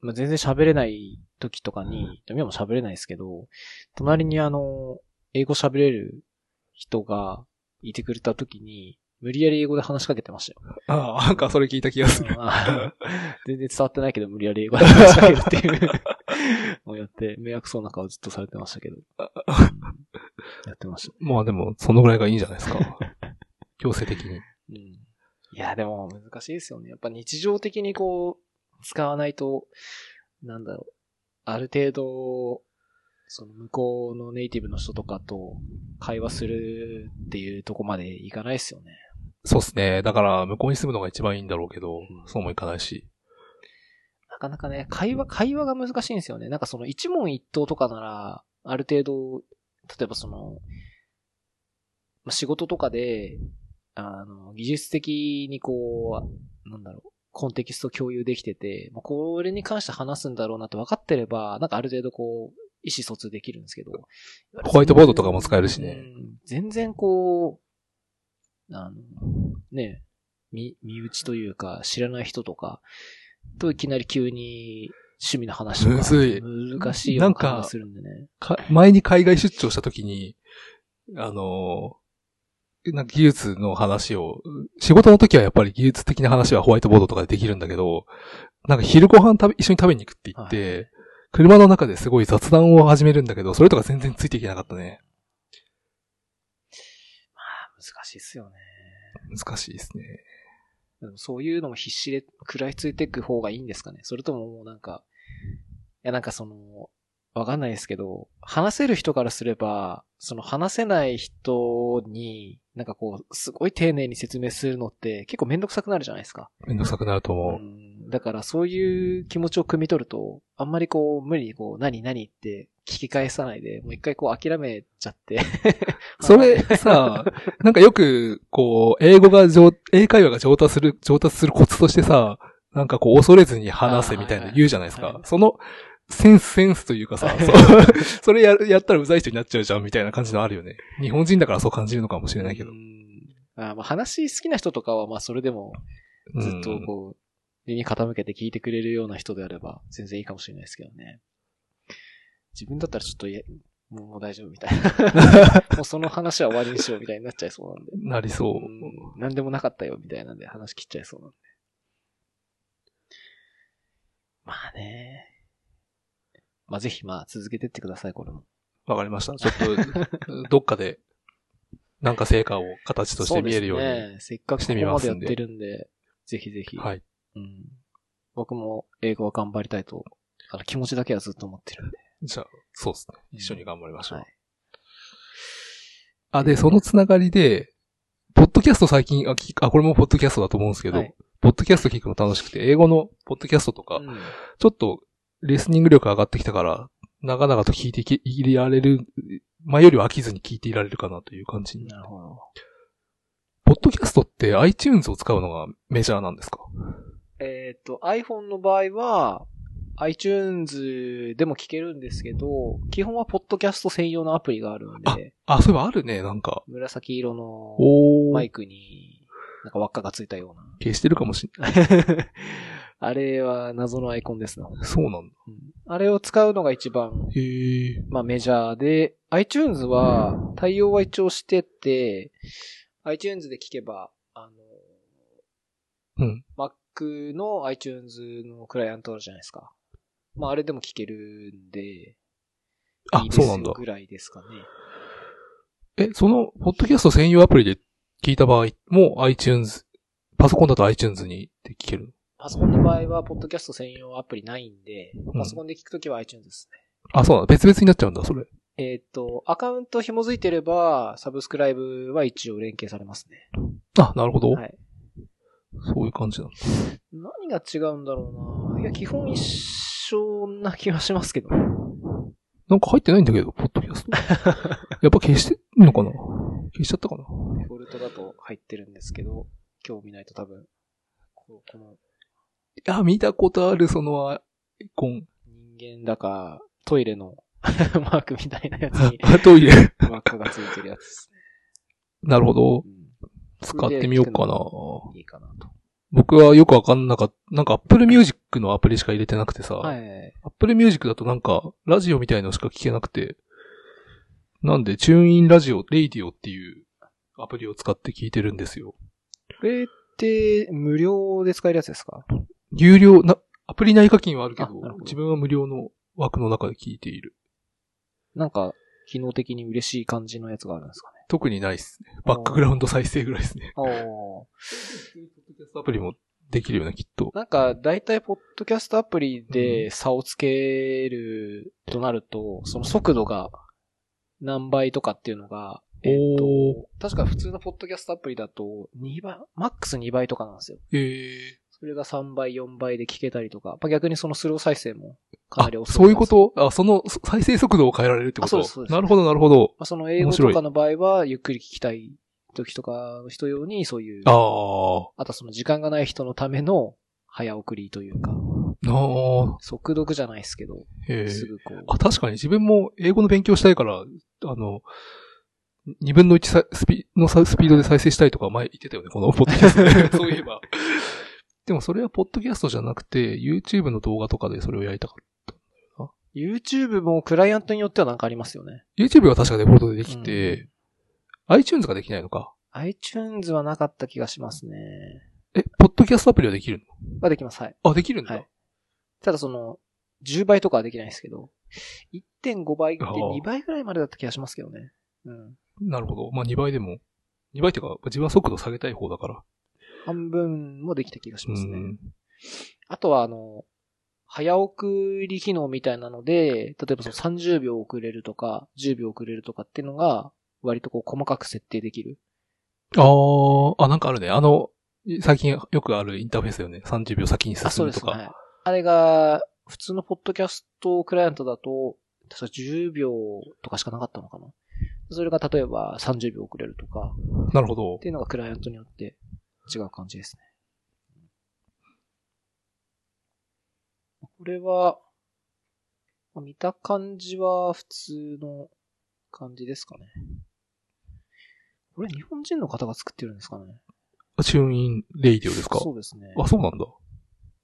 [SPEAKER 1] まあ、全然喋れない時とかに、今も喋れないですけど、隣にあの、英語喋れる人がいてくれた時に、無理やり英語で話しかけてましたよ。
[SPEAKER 2] ああ、なんかそれ聞いた気がす る。
[SPEAKER 1] あー全然伝わってないけど無理やり英語で話しかけるっていうのをやって、迷惑そうな顔ずっとされてましたけど。やってました。
[SPEAKER 2] まあでも、そのぐらいがいいんじゃないです か。強制的に。
[SPEAKER 1] うん。いや、でも難しいですよね。やっぱ日常的にこう、使わないと、なんだろう。ある程度、その向こうのネイティブの人とかと会話するっていうとこまでいかないですよね。
[SPEAKER 2] そうですね。だから、向こうに住むのが一番いいんだろうけど、
[SPEAKER 1] ん
[SPEAKER 2] そうもいかないし。
[SPEAKER 1] なかなかね、会話、会話が難しいんですよね。なんかその一問一答とかなら、ある程度、例えばその、まあ、仕事とかで、あの、技術的にこう、なんだろう、コンテキスト共有できてて、まあ、これに関して話すんだろうなって分かってれば、なんかある程度こう、意思疎通できるんですけど。
[SPEAKER 2] ホワイトボードとかも使えるしね
[SPEAKER 1] うん。全然こう、あの、ね、身、身内というか、知らない人とか、といきなり急に趣味の話とか。
[SPEAKER 2] むずい
[SPEAKER 1] 難しいような感じがするんでね。
[SPEAKER 2] か前に海外出張した時に、あのーなんか技術の話を、仕事の時はやっぱり技術的な話はホワイトボードとかでできるんだけど、なんか昼ご飯食べ、一緒に食べに行くって言って、
[SPEAKER 1] はい
[SPEAKER 2] 車の中ですごい雑談を始めるんだけど、それとか全然ついていけなかったね。
[SPEAKER 1] 難しいっすよね。
[SPEAKER 2] 難しいですね。
[SPEAKER 1] でもそういうのも必死で食らいついていく方がいいんですかね。それとももうなんか、いやなんかその、わかんないですけど、話せる人からすれば、その話せない人に、なんかこう、すごい丁寧に説明するのって結構めんどくさくなるじゃないですか。
[SPEAKER 2] めんどくさくなると
[SPEAKER 1] う
[SPEAKER 2] 思う。
[SPEAKER 1] ん、だからそういう気持ちを汲み取ると、あんまりこう、無理にこう、何何って聞き返さないで、もう一回こう諦めちゃって。
[SPEAKER 2] それさ、なんかよく、こう、英語が上、英会話が上達する、上達するコツとしてさ、なんかこう、恐れずに話せみたいな言うじゃないです
[SPEAKER 1] あーはい
[SPEAKER 2] か
[SPEAKER 1] は。い
[SPEAKER 2] その、センス、センスというかさ、そう それやる、やったらうざい人になっちゃうじゃん、みたいな感じのあるよね。日本人だからそう感じるのかもしれないけど
[SPEAKER 1] う。んあまあ話好きな人とかは、まあそれでも、ずっと
[SPEAKER 2] うん
[SPEAKER 1] こう、耳傾けて聞いてくれるような人であれば、全然いいかもしれないですけどね。自分だったらちょっといや、もうもう大丈夫みたいな。もうその話は終わりにしようみたいになっちゃいそうなんで。
[SPEAKER 2] なりそう。
[SPEAKER 1] うん何でもなかったよみたいなんで話切っちゃいそうなんで。まあね。まあぜひまあ続けてってください、これも。
[SPEAKER 2] わかりました。ちょっと、どっかで、なんか成果を形として見えるように。
[SPEAKER 1] そですね。せっかく
[SPEAKER 2] し
[SPEAKER 1] こ
[SPEAKER 2] て
[SPEAKER 1] こ
[SPEAKER 2] み
[SPEAKER 1] ま
[SPEAKER 2] ま
[SPEAKER 1] ですやっ
[SPEAKER 2] んで
[SPEAKER 1] てるんで、ぜひぜひ。
[SPEAKER 2] はい。
[SPEAKER 1] うん。僕も英語は頑張りたいと、あの気持ちだけはずっと思ってるんで。
[SPEAKER 2] じゃあ、そうですね。一緒に頑張りましょう。
[SPEAKER 1] はい
[SPEAKER 2] あ、で、そのつながりで、ポッドキャスト最近、あ、聞くあ、これもポッドキャストだと思うんですけど、
[SPEAKER 1] はい
[SPEAKER 2] ポッドキャスト聞くの楽しくて、英語のポッドキャストとか、
[SPEAKER 1] うん
[SPEAKER 2] ちょっとリスニング力上がってきたから、長々と聞いていけいられる、前よりは飽きずに聞いていられるかなという感じに。
[SPEAKER 1] なるほど。
[SPEAKER 2] ポッドキャストって iTunes を使うのがメジャーなんですか
[SPEAKER 1] えっ、と、iPhone の場合は、iTunes でも聞けるんですけど、基本はポッドキャスト専用のアプリがあるんで、
[SPEAKER 2] あ、そういえばあるね、なんか。
[SPEAKER 1] 紫色の
[SPEAKER 2] お
[SPEAKER 1] マ
[SPEAKER 2] ー。
[SPEAKER 1] イクに、なんか輪っかがついたような。
[SPEAKER 2] 消してるかもしんな
[SPEAKER 1] あれは謎のアイコンですな、
[SPEAKER 2] い。そうなんだ。
[SPEAKER 1] うんあれを使うのが一番、
[SPEAKER 2] へー。
[SPEAKER 1] まあメジャーで、iTunes は対応は一応してて、iTunes で聞けば、あ
[SPEAKER 2] う
[SPEAKER 1] の
[SPEAKER 2] ん、
[SPEAKER 1] Mac の iTunes のクライアントあるじゃないですか。まああれでも聞けるんで、
[SPEAKER 2] あ
[SPEAKER 1] いい、で
[SPEAKER 2] そう
[SPEAKER 1] す
[SPEAKER 2] なんだ
[SPEAKER 1] よ。ぐらいですかね。
[SPEAKER 2] え、その、ポッドキャスト専用アプリで聞いた場合も iTunes、パソコンだと iTunes にで聞ける。
[SPEAKER 1] パソコンの場合は、ポッドキャスト専用アプリないんで、パソコンで聞くときは iTunes ですね。
[SPEAKER 2] あ、そうなんだ。別々になっちゃうんだ、それ。
[SPEAKER 1] えっ、と、アカウント紐づいてれば、サブスクライブは一応連携されますね。
[SPEAKER 2] あ、なるほど。
[SPEAKER 1] はい。
[SPEAKER 2] そういう感じなんだ。
[SPEAKER 1] 何が違うんだろうな。いや、基本一緒な気がしますけど。
[SPEAKER 2] なんか入ってないんだけど、ポッドキャス ト。やっぱ消してんのかな消しちゃったかな
[SPEAKER 1] デフォルトだと入ってるんですけど、今日見ないと多分、ここの
[SPEAKER 2] あ、見たことある、そのアイコン。
[SPEAKER 1] 人間だか、トイレの マークみたいなやつ に、
[SPEAKER 2] あトイレ。
[SPEAKER 1] マークがついてるやつですね。
[SPEAKER 2] なるほど。
[SPEAKER 1] う
[SPEAKER 2] 使ってみようかな。
[SPEAKER 1] ん、いいかなと。
[SPEAKER 2] 僕はよくわかんなかった。なんか Apple Music のアプリしか入れてなくてさ。
[SPEAKER 1] はい。
[SPEAKER 2] Apple Music だとなんか、ラジオみたいのしか聞けなくて。なんで、チューンインラジオ、レイディオっていうアプリを使って聞いてるんですよ。
[SPEAKER 1] これって、無料で使えるやつですか
[SPEAKER 2] 有料な、アプリ内課金はあるけ
[SPEAKER 1] あ
[SPEAKER 2] ど
[SPEAKER 1] なるほど
[SPEAKER 2] 自分は無料の枠の中で聞いている。
[SPEAKER 1] なんか、機能的に嬉しい感じのやつがあるんですかね。
[SPEAKER 2] 特にないっすね。バックグラウンド再生ぐらいですね。
[SPEAKER 1] お
[SPEAKER 2] アプリもできるよね、きっと。
[SPEAKER 1] なんか、だいたいポッドキャストアプリで差をつけるとなると、その速度が何倍とかっていうのが、えっと、
[SPEAKER 2] おー。
[SPEAKER 1] 確か普通のポッドキャストアプリだと、2倍、マックス2倍とかなんですよ。
[SPEAKER 2] えー。
[SPEAKER 1] それが3倍、4倍で聞けたりとか、まあ逆にそのスロー再生もか
[SPEAKER 2] あ
[SPEAKER 1] なり、遅い。
[SPEAKER 2] そういうことあ、そのそ再生速度を変えられるってこ
[SPEAKER 1] あそう
[SPEAKER 2] と
[SPEAKER 1] ですそうです
[SPEAKER 2] なるほど、なるほど。
[SPEAKER 1] まあその英語とかの場合は、ゆっくり聞きたい時とかの人用に、そういう、
[SPEAKER 2] あ
[SPEAKER 1] あとその時間がない人のための早送りというか、
[SPEAKER 2] ー。あ
[SPEAKER 1] 速読じゃないですけど、
[SPEAKER 2] ー。えー。
[SPEAKER 1] すぐこう。
[SPEAKER 2] あ、確かに自分も英語の勉強したいから、あの、2分の1さスピのさスピードで再生したいとか前言ってたよね、このポッドキャスト そういえば。でもそれはポッドキャストじゃなくて、YouTube の動画とかでそれをやりたかっ
[SPEAKER 1] YouTube もクライアントによってはなんかありますよね。
[SPEAKER 2] た。YouTube は確かデフォルトでできて、iTunes ができないのか。
[SPEAKER 1] iTunes はなかった気がしますね。
[SPEAKER 2] え、ポッドキャストアプリはできる
[SPEAKER 1] ができます。はい。
[SPEAKER 2] のあ、できるんだ。
[SPEAKER 1] はいただその、10倍とかはできないですけど、1.5倍って
[SPEAKER 2] ああ
[SPEAKER 1] 2倍ぐらいまでだった気がしますけどね。うん。
[SPEAKER 2] なるほど。まあ2倍でも。2倍っていうか、自分は速度下げたい方だから。
[SPEAKER 1] 半分もできた気がします
[SPEAKER 2] う
[SPEAKER 1] ね
[SPEAKER 2] ん。
[SPEAKER 1] あとはあの、早送り機能みたいなので、例えばその30秒遅れるとか、10秒遅れるとかっていうのが、割とこう細かく設定できる。
[SPEAKER 2] あー、あ、なんかあるね。あの、最近よくあるインターフェースだよね。30秒先に進
[SPEAKER 1] あ、そう
[SPEAKER 2] む
[SPEAKER 1] で
[SPEAKER 2] と
[SPEAKER 1] す
[SPEAKER 2] か。
[SPEAKER 1] ね。あれが、普通のポッドキャストクライアントだと、確か10秒とかしかなかったのかな。それが例えば30秒遅れるとか、
[SPEAKER 2] なるほど
[SPEAKER 1] っ。ていうのがクライアントによって違う感じですね。これは、まあ見た感じは普通の感じですかね。これ日本人の方が作ってるんですかね
[SPEAKER 2] チューンインレイディオですか
[SPEAKER 1] そうですね。
[SPEAKER 2] あ、そうなんだ。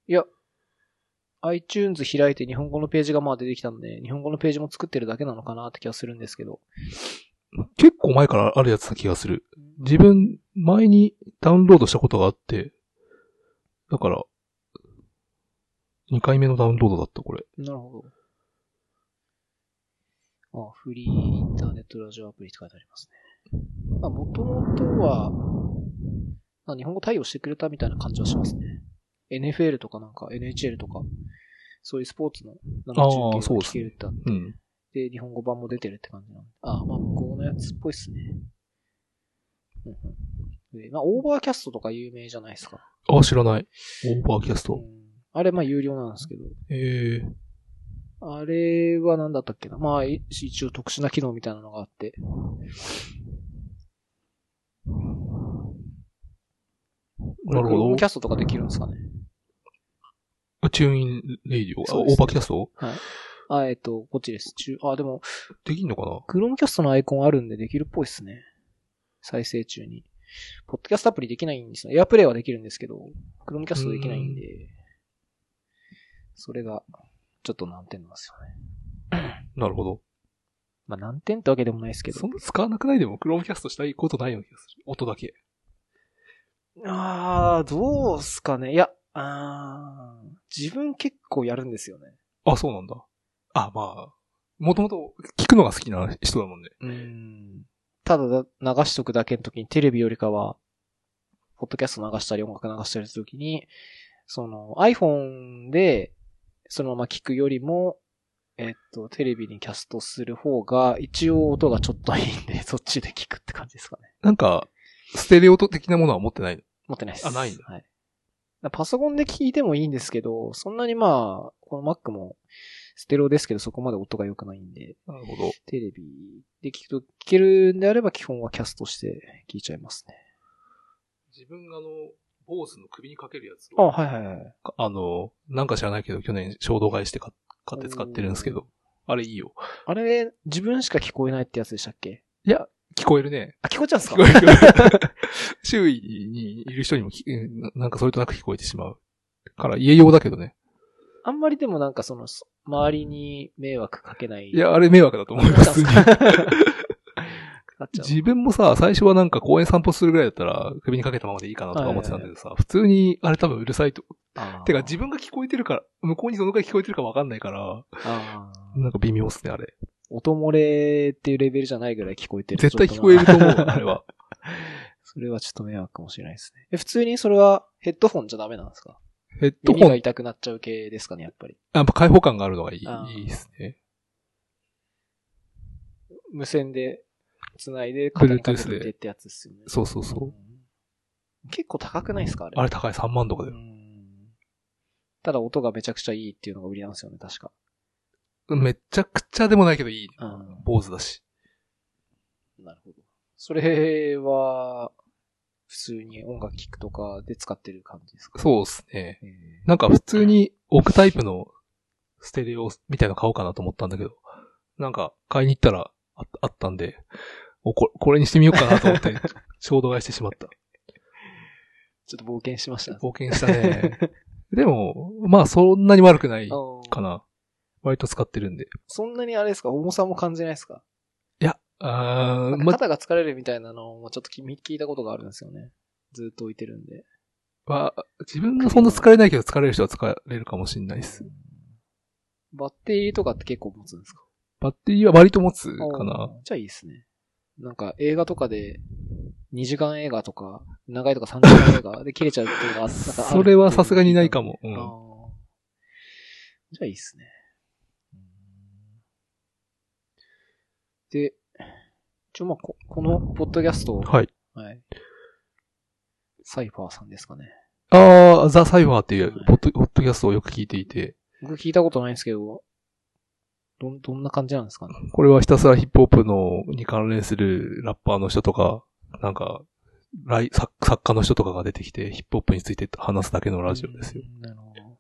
[SPEAKER 1] いや、iTunes 開いて日本語のページがまあ出てきたんで、日本語のページも作ってるだけなのかなって気がするんですけど。
[SPEAKER 2] 結構前からあるやつな気がする。自分、前にダウンロードしたことがあって、だから、2回目のダウンロードだった、これ。
[SPEAKER 1] なるほど。あ、フリーインターネットラジオアプリって書いてありますね。まあ、もともとは、まあ、日本語対応してくれたみたいな感じはしますね。NFL とかなんか NHL とか、そういうスポーツのなんか
[SPEAKER 2] あ
[SPEAKER 1] 中
[SPEAKER 2] ー
[SPEAKER 1] 継
[SPEAKER 2] そう
[SPEAKER 1] が
[SPEAKER 2] で
[SPEAKER 1] 聞
[SPEAKER 2] す
[SPEAKER 1] け
[SPEAKER 2] ね
[SPEAKER 1] るってあっ
[SPEAKER 2] うん。
[SPEAKER 1] て、日本語版も出てるって感じなんで。あー、まあ、向こうのやつっぽいっすね。うんうんでまあ、オーバーキャストとか有名じゃないですか。
[SPEAKER 2] あ、知らない。オーバーキャス
[SPEAKER 1] う
[SPEAKER 2] ト。
[SPEAKER 1] んあれ、まあ、有料なんですけど。
[SPEAKER 2] ええ
[SPEAKER 1] あれは何だったっけなまあ、い一応特殊な機能みたいなのがあって。な
[SPEAKER 2] な
[SPEAKER 1] る
[SPEAKER 2] る
[SPEAKER 1] ほ
[SPEAKER 2] ほ
[SPEAKER 1] ど。
[SPEAKER 2] ど
[SPEAKER 1] キャストとかできるんですかね。
[SPEAKER 2] チューインレイディオ、あ
[SPEAKER 1] そう
[SPEAKER 2] オ
[SPEAKER 1] ですね
[SPEAKER 2] ーバーキャスト
[SPEAKER 1] あ、えっと、こっちです。中、あ、でも、
[SPEAKER 2] できんのかな
[SPEAKER 1] クロームキャストのアイコンあるんでできるっぽいですね。再生中に。ポッドキャストアプリできないんですよ。エアプレイはできるんですけど、クロームキャストできないんで、それが、ちょっと難点なんですよね。
[SPEAKER 2] なるほど。
[SPEAKER 1] まあ難点ってわけでもないですけど
[SPEAKER 2] そ。んな使わなくないでも、クロームキャストしたいことないような気がする。音だけ。
[SPEAKER 1] あー、どうすかね。いや、あー、自分結構やるんですよね。
[SPEAKER 2] あ、そうなんだ。あ、まあ、もともと聞くのが好きな人だもんね。
[SPEAKER 1] うん。ただだ流しとくだけの時にテレビよりかは、ポッドキャスト流したり音楽流したりする時に、その iPhone でそのまま聞くよりも、えっと、テレビにキャストする方が、一応音がちょっといいんで、 そっちで聞くって感じですかね。
[SPEAKER 2] なんか、ステレオ的なものは持ってないの。
[SPEAKER 1] 持ってないです。
[SPEAKER 2] あないんだ
[SPEAKER 1] はい。だからパソコンで聞いてもいいんですけど、そんなにまあ、この Mac もステレオですけど、そこまで音が良くないんで、
[SPEAKER 2] なるほど。
[SPEAKER 1] テレビで聞くと、聞けるんであれば基本はキャストして聞いちゃいますね。
[SPEAKER 2] 自分があの、坊主の首にかけるやつ
[SPEAKER 1] あ、はいはいはい。
[SPEAKER 2] あの、なんか知らないけど、去年衝動買いして買買って使ってるんですけど、あれいいよ。
[SPEAKER 1] あれ、自分しか聞こえないってやつでしたっけ
[SPEAKER 2] 聞こえるね。
[SPEAKER 1] あ、聞こえちゃうんです
[SPEAKER 2] 聞
[SPEAKER 1] か
[SPEAKER 2] こえ る。周囲にいる人にもきななんかそれとなく聞こえてしまう。から家用だけどね。
[SPEAKER 1] あんまりでもなんかその、そ周りに迷惑かけ ない。
[SPEAKER 2] い、や、あれ迷惑だと思いま す。
[SPEAKER 1] かかっちゃうの。
[SPEAKER 2] 自分もさ、最初はなんか公園散歩するぐらいだったら首にかけたままでいいかなとか思ってたんだけどさ、普通にあれ多分うるさいと。
[SPEAKER 1] あー
[SPEAKER 2] てか自分が聞こえてるから、向こうにどのくらい聞こえてるかわかんないから、
[SPEAKER 1] あー
[SPEAKER 2] なんか微妙っすね、あれ。
[SPEAKER 1] 音漏れっていうレベルじゃないぐらい聞こえてる。
[SPEAKER 2] 絶対
[SPEAKER 1] ちょ
[SPEAKER 2] 聞
[SPEAKER 1] っ
[SPEAKER 2] こえると思う、
[SPEAKER 1] な
[SPEAKER 2] あれは。
[SPEAKER 1] それはちょっと迷惑かもしれないですね。え、普通にそれはヘッドホンじゃダメなんですか
[SPEAKER 2] ヘッド
[SPEAKER 1] 耳
[SPEAKER 2] ホン
[SPEAKER 1] が痛くなっちゃう系ですかね、やっぱり。
[SPEAKER 2] やっぱ開放感があるのがいい
[SPEAKER 1] あー
[SPEAKER 2] いいですね。
[SPEAKER 1] 無線で繋いで肩にかけて
[SPEAKER 2] Bluetooth で
[SPEAKER 1] ってやつですよね。
[SPEAKER 2] そうそうそう。
[SPEAKER 1] うん結構高くないですかあれ。
[SPEAKER 2] あれ高い3万とかだよ。
[SPEAKER 1] うんただ音がめちゃくちゃいいっていうのが売りなんですよね、確か。
[SPEAKER 2] めちゃくちゃでもないけどいい。
[SPEAKER 1] うん
[SPEAKER 2] 坊主だし。
[SPEAKER 1] なるほど。それは、普通に音楽聴くとかで使ってる感じですか
[SPEAKER 2] そうっすね。
[SPEAKER 1] えー
[SPEAKER 2] なんか普通に置くタイプのステレオみたいなの買おうかなと思ったんだけど、なんか買いに行ったらああったんで、おここれにしてみようかなと 思って、衝動買いしてしまった。
[SPEAKER 1] ちょっと冒険しましたね。
[SPEAKER 2] 冒険した ね。でも、まあそんなに悪くない
[SPEAKER 1] あー
[SPEAKER 2] かな。割と使ってるんで。
[SPEAKER 1] そんなにあれですか重さも感じないですか
[SPEAKER 2] いや、あ
[SPEAKER 1] な
[SPEAKER 2] ー
[SPEAKER 1] んか
[SPEAKER 2] ま、
[SPEAKER 1] 肩が疲れるみたいなのもちょっと聞聞いたことがあるんですよね。ずっと置いてるんで。
[SPEAKER 2] まあ自分がそんな疲れないけど疲れる人は疲れるかもしれないです。
[SPEAKER 1] バッテリーとかって結構持つんですか
[SPEAKER 2] バッテリーは割と持つか
[SPEAKER 1] あー
[SPEAKER 2] な。。
[SPEAKER 1] じゃあいいですね。なんか映画とかで、2時間映画とか、長いとか3時間映画で切れちゃうっていうのがあなんかある
[SPEAKER 2] それはさすがにないかも。う
[SPEAKER 1] あー
[SPEAKER 2] ん
[SPEAKER 1] じゃあいいですね。うんで、一応まあこ、このポッドキャストを、
[SPEAKER 2] はい。
[SPEAKER 1] はい。サイファーさんですかね。
[SPEAKER 2] ああ、ザ・サイファーっていう
[SPEAKER 1] はい
[SPEAKER 2] ポッド、ポッドキャストをよく聞いていて、
[SPEAKER 1] 僕聞いたことないんですけど、どん、どんな感じなんですかね。
[SPEAKER 2] これはひたすらヒップホップのに関連するラッパーの人とか、なんか、来作作家の人とかが出てきて、ヒップホップについて話すだけのラジオですよ。
[SPEAKER 1] うん。なるほど。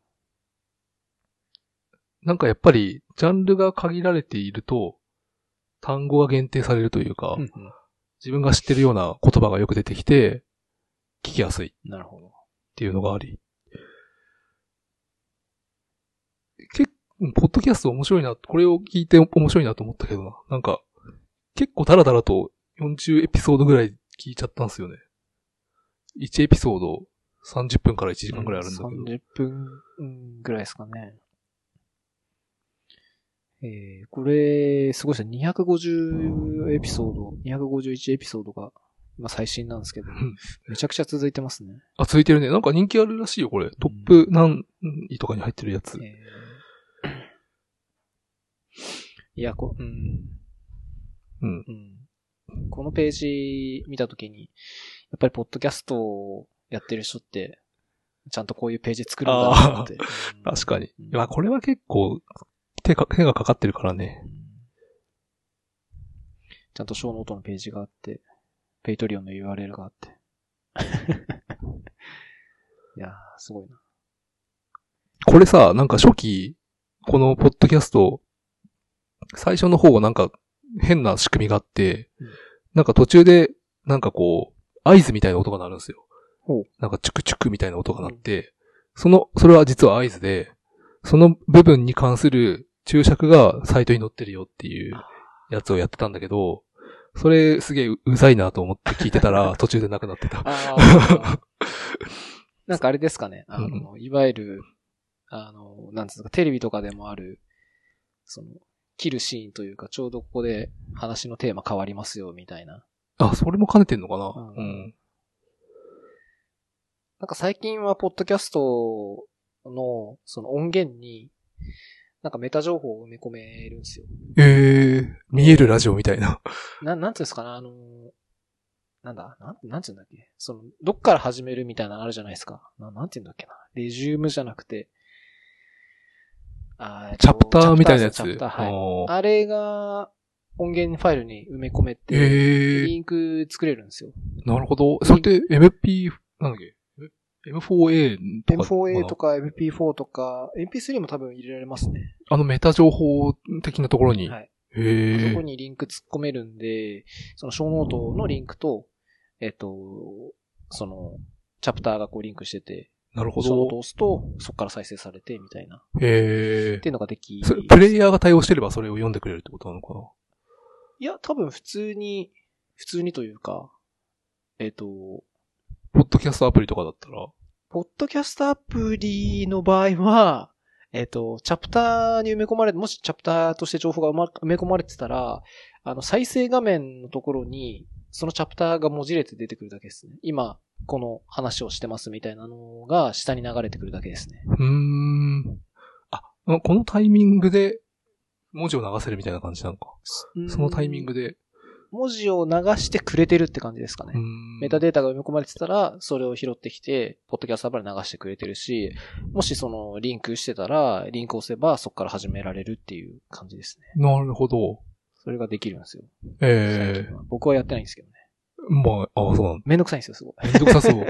[SPEAKER 2] なんかやっぱり、ジャンルが限られていると、単語が限定されるというか、
[SPEAKER 1] うんうん
[SPEAKER 2] 自分が知ってるような言葉がよく出てきて、聞きやすいっ
[SPEAKER 1] なるほど。
[SPEAKER 2] ていうのがあり。結構、ポッドキャスト面白いな、これを聞いて面白いなと思ったけどな。なんか、結構ダラダラと40エピソードぐらい聞いちゃったんですよね。1エピソード30分から1時間ぐらいあるんだけど。
[SPEAKER 1] 30分ぐらいですかね。えー、これ、すごいですね。250エピソード、251エピソードが、今最新なんですけど
[SPEAKER 2] ん、
[SPEAKER 1] めちゃくちゃ続いてますね。
[SPEAKER 2] あ、続いてるね。なんか人気あるらしいよ、これ。トップ何位とかに入ってるやつ。
[SPEAKER 1] えーいや、こ、うん、
[SPEAKER 2] うん。
[SPEAKER 1] うん。このページ見たときに、やっぱりポッドキャストをやってる人って、ちゃんとこういうページ作るんだなと思って。うん
[SPEAKER 2] 確かに。
[SPEAKER 1] うん
[SPEAKER 2] まあ、これは結構、手か、手がかかってるからね。
[SPEAKER 1] ちゃんとショーノートのページがあって、ペイトリオンの URL があって。 いやー、すごいな。
[SPEAKER 2] これさ、なんか初期、このポッドキャスト、最初の方はなんか変な仕組みがあって、
[SPEAKER 1] うん
[SPEAKER 2] なんか途中で、なんかこう、合図みたいな音が鳴るんですよ
[SPEAKER 1] ほう。
[SPEAKER 2] なんかチュクチュクみたいな音が鳴って、その、それは実は合図で、その部分に関する注釈がサイトに載ってるよっていうやつをやってたんだけど、それすげえううざいなと思って聞いてた ら途中でなくなってた。
[SPEAKER 1] ああ。 なんかあれですかね。あの、いわゆる、あの、なんつうのか、テレビとかでもある、その、切るシーンというか、ちょうどここで話のテーマ変わりますよ、みたいな。
[SPEAKER 2] あ、それも兼ねてんのかな、
[SPEAKER 1] う
[SPEAKER 2] うんん、
[SPEAKER 1] なんか最近は、ポッドキャストの、その音源に、なんかメタ情報を埋め込めるんですよ。
[SPEAKER 2] えー、見えるラジオみた いな。
[SPEAKER 1] な、なんていうんですかね、あの、なんだ、なん、なんていうんだっけ。その、どっから始めるみたいなのあるじゃないですか。ななんていうんだっけな。レジュームじゃなくて、あえっと
[SPEAKER 2] チャプターみたいなやつ。
[SPEAKER 1] チャプターですねチャプターはい。
[SPEAKER 2] おー
[SPEAKER 1] あれが、音源ファイルに埋め込めて、
[SPEAKER 2] ええ
[SPEAKER 1] リンク作れるんですよ。
[SPEAKER 2] なるほど。それって MP、なんだっけ ?M4A とか。
[SPEAKER 1] M4A と。か MP4 とか、MP3 も多分入れられますね。
[SPEAKER 2] あのメタ情報的なところに。
[SPEAKER 1] はい。
[SPEAKER 2] へ
[SPEAKER 1] そ
[SPEAKER 2] え
[SPEAKER 1] こ。にリンク突っ込めるんで、その小ノートのリンクと、えっと、その、チャプターがこうリンクしてて、
[SPEAKER 2] なるほ
[SPEAKER 1] その
[SPEAKER 2] ど。
[SPEAKER 1] 押すと、そこから再生されて、みたいな。
[SPEAKER 2] へ
[SPEAKER 1] っていう
[SPEAKER 2] え。
[SPEAKER 1] のができ。
[SPEAKER 2] それプレイヤーが対応してればそれを読んでくれるってことなのかない
[SPEAKER 1] や、多分普通に、普通にというか、えっ、と、
[SPEAKER 2] ポッドキャストアプリとかだったら。
[SPEAKER 1] ポッドキャストアプリの場合は、えっ、と、チャプターに埋め込まれて、もしチャプターとして情報が埋ま埋め込まれてたら、あの、再生画面のところに、そのチャプターが文字列で出てくるだけですね。今、この話をしてますみたいなのが下に流れてくるだけですね。
[SPEAKER 2] うーん。あ、このタイミングで文字を流せるみたいな感じなのか。そのタイミング
[SPEAKER 1] で。
[SPEAKER 2] で。
[SPEAKER 1] 文字を流してくれてるって感じですかね
[SPEAKER 2] うー。ん
[SPEAKER 1] メタデータが埋め込まれてたら、それを拾ってきて、ポッドキャストアプリで流してくれてるし、もしそのリンクしてたら、リンク押せばそこから始められるっていう感じですね。
[SPEAKER 2] なるほど。
[SPEAKER 1] それができるんですよ。
[SPEAKER 2] ええ
[SPEAKER 1] 最近は僕はやってないんですけどね。
[SPEAKER 2] まあ、あそうなんだ。
[SPEAKER 1] めんどくさいんですよ、すごい。
[SPEAKER 2] めんどくさそう。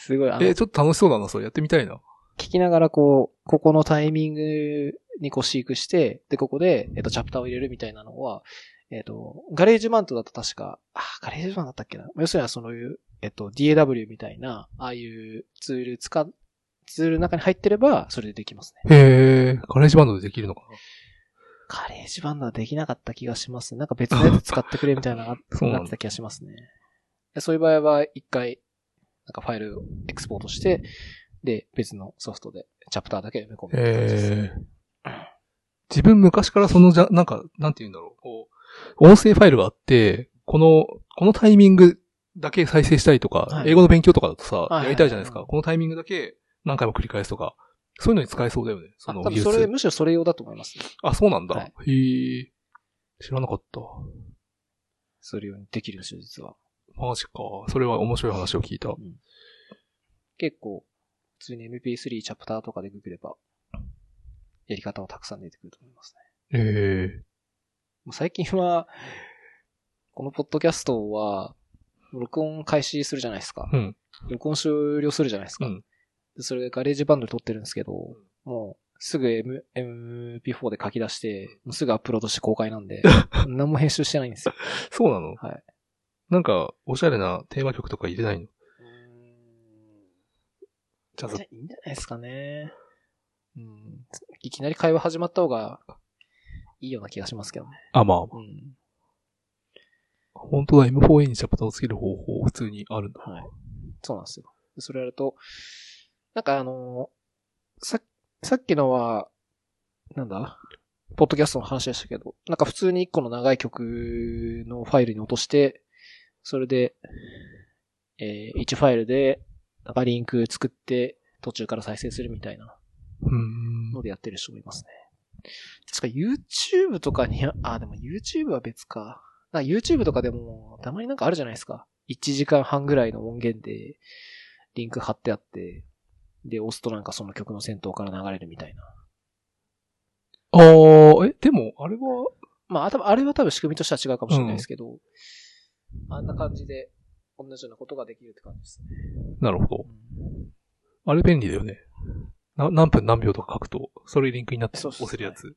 [SPEAKER 1] すごい、 あの、
[SPEAKER 2] え、
[SPEAKER 1] 聞
[SPEAKER 2] ちょっと楽しそうだな、それやってみた いな。
[SPEAKER 1] きながらこう、ここのタイミングにこう飼育して、で、ここで、えっと、チャプターを入れるみたいなのは、えっと、ガレージバンドだと確か、あ、ガレージバンドだったっけな。要するにはそういう、えっと、DAW みたいな、ああいうツール使っ、ツールの中に入ってれば、それでできますね。
[SPEAKER 2] へえ、ガレージバンドでできるのか
[SPEAKER 1] ガレージバンドはできなかった気がしますね。なんか別のやつ使ってくれみたいなのが
[SPEAKER 2] そうなんだ
[SPEAKER 1] なってた気がしますね。そういう場合は、一回、なんかファイルをエクスポートして、で、別のソフトで、チャプターだけ埋め込むっ
[SPEAKER 2] な
[SPEAKER 1] て感じですね。
[SPEAKER 2] へえ。自分昔からそのじゃ、なんか、なんて言うんだろう。こう、音声ファイルがあって、この、このタイミングだけ再生したいとか、
[SPEAKER 1] はい
[SPEAKER 2] 英語の勉強とかだとさ、
[SPEAKER 1] いはい
[SPEAKER 2] やりたいじゃないですか、
[SPEAKER 1] うん
[SPEAKER 2] このタイミングだけ何回も繰り返すとか、そういうのに使えそうだよね。そ
[SPEAKER 1] あ
[SPEAKER 2] の
[SPEAKER 1] 多
[SPEAKER 2] 技
[SPEAKER 1] 分それ、
[SPEAKER 2] 術。
[SPEAKER 1] むしろそれ用だと思います、ね。
[SPEAKER 2] あ、そうなんだ。
[SPEAKER 1] はい
[SPEAKER 2] へえ。知らなかった。
[SPEAKER 1] それ用にできるんですよ、実は。
[SPEAKER 2] マジか。それは面白い話を聞いた。
[SPEAKER 1] うん結構、普通に MP3 チャプターとかでググれば、やり方もたくさん出てくると思いますね。
[SPEAKER 2] へえ。
[SPEAKER 1] もう最近は、このポッドキャストは、録音開始するじゃないですか。
[SPEAKER 2] うん。
[SPEAKER 1] 録音終了するじゃないですか。
[SPEAKER 2] うん
[SPEAKER 1] でそれでガレージバンドで撮ってるんですけど、もうすぐ M MP4 で書き出して、もうすぐアップロードして公開なん で、何も編集してないん ですよ。
[SPEAKER 2] そうなの
[SPEAKER 1] はい。
[SPEAKER 2] なんか、おしゃれなテーマ曲とか入れないのちゃんと
[SPEAKER 1] じゃあいいんじゃないですかね。うん。いきなり会話始まった方がいいような気がしますけどね。
[SPEAKER 2] あ、まあ、
[SPEAKER 1] うん。
[SPEAKER 2] 本当だ、M4A にチャプターをつける方法、普通にあるんだ。
[SPEAKER 1] はい。そうなんですよ。でそれやると、なんかあのーさ、さっきのは、なんだポッドキャストの話でしたけど、なんか普通に一個の長い曲のファイルに落として、それで、えー、1ファイルで、なんかリンク作って、途中から再生するみたいな
[SPEAKER 2] うーん。
[SPEAKER 1] のでやってる人もいますね。確か YouTube とかに、あ、でも YouTube は別か。なんか YouTube とかでも、たまになんかあるじゃないですか。1時間半ぐらいの音源で、リンク貼ってあって、で、押すとなんかその曲の先頭から流れるみたいな。
[SPEAKER 2] あー、え、でも、あれは、
[SPEAKER 1] まあ、多分あれは多分仕組みとしては違うかもしれないですけど、あんな感じで、同じようなことができるって感じですね。
[SPEAKER 2] なるほど。あれ便利だよね。な何分何秒とか書くと、それリンクになって
[SPEAKER 1] そうそうそう
[SPEAKER 2] 押せるやつ。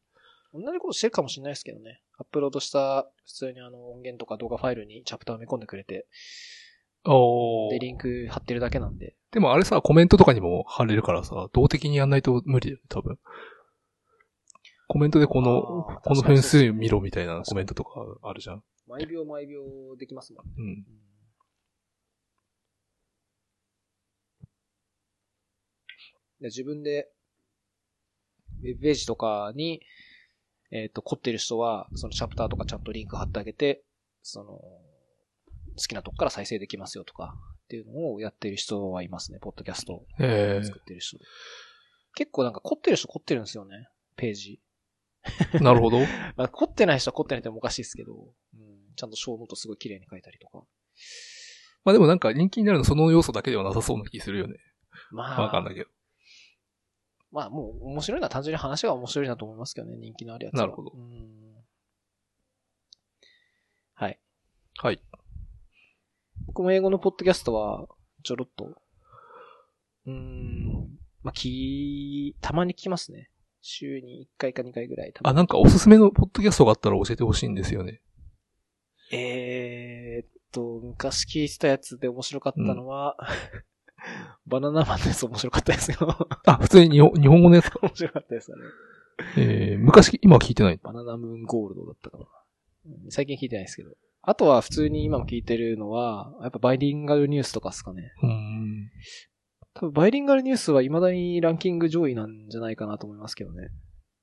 [SPEAKER 1] 同じことしてるかもしれないですけどね。アップロードした、普通にあの、音源とか動画ファイルにチャプター埋め込んでくれて、
[SPEAKER 2] お
[SPEAKER 1] で、
[SPEAKER 2] ー
[SPEAKER 1] リンク貼ってるだけなんで。
[SPEAKER 2] でもあれさ、コメントとかにも貼れるからさ、動的にやんないと無理だよね、多分。コメントでこの
[SPEAKER 1] あー、
[SPEAKER 2] こ
[SPEAKER 1] 確かに
[SPEAKER 2] の分
[SPEAKER 1] そうです
[SPEAKER 2] 数
[SPEAKER 1] ね
[SPEAKER 2] 見ろみたいなコメントとかあるじゃん。
[SPEAKER 1] 毎秒毎秒できますもんね。
[SPEAKER 2] うん。
[SPEAKER 1] で自分で、ウェブページとかに、えっ、と、凝ってる人は、そのチャプターとかちゃんとリンク貼ってあげて、その、好きなとこから再生できますよとか、っていうのをやってる人はいますね、ポッドキャストを
[SPEAKER 2] え
[SPEAKER 1] 作ってる人で。結構なんか凝ってる人凝ってるんですよね、ページ。
[SPEAKER 2] えなるほど。
[SPEAKER 1] まあ、凝ってない人は凝ってないってもおかしいですけど、うん、ちゃんと小ノートすごい綺麗に書いたりとか。
[SPEAKER 2] まあでもなんか人気になるのその要素だけではなさそうな気するよね。
[SPEAKER 1] まあ、
[SPEAKER 2] わかんないけど。
[SPEAKER 1] まあもう面白いのは単純に話が面白いなと思いますけどね、人気のあるやつは。
[SPEAKER 2] なるほど
[SPEAKER 1] うんはい。
[SPEAKER 2] はい。
[SPEAKER 1] 僕も英語のポッドキャストは、ちょろっと、うーん、まあ、き、たまに聞きますね。週に1回か2回ぐらい。
[SPEAKER 2] あ、なんかおすすめのポッドキャストがあったら教えてほしいんですよね。
[SPEAKER 1] えーっと、昔聞いてたやつで面白かったのは、 バナナマンのやつ面白かったですよ。
[SPEAKER 2] あ、普通に日本日本語のやつか。
[SPEAKER 1] 面白かったですよね。
[SPEAKER 2] えー、昔、今は聞いてない。
[SPEAKER 1] バナナムーンゴールドだったかな。うん最近聞いてないですけど。あとは普通に今も聞いてるのは、やっぱバイリンガルニュースとかですかね。
[SPEAKER 2] うーん。
[SPEAKER 1] 多分バイリンガルニュースは未だにランキング上位なんじゃないかなと思いますけどね。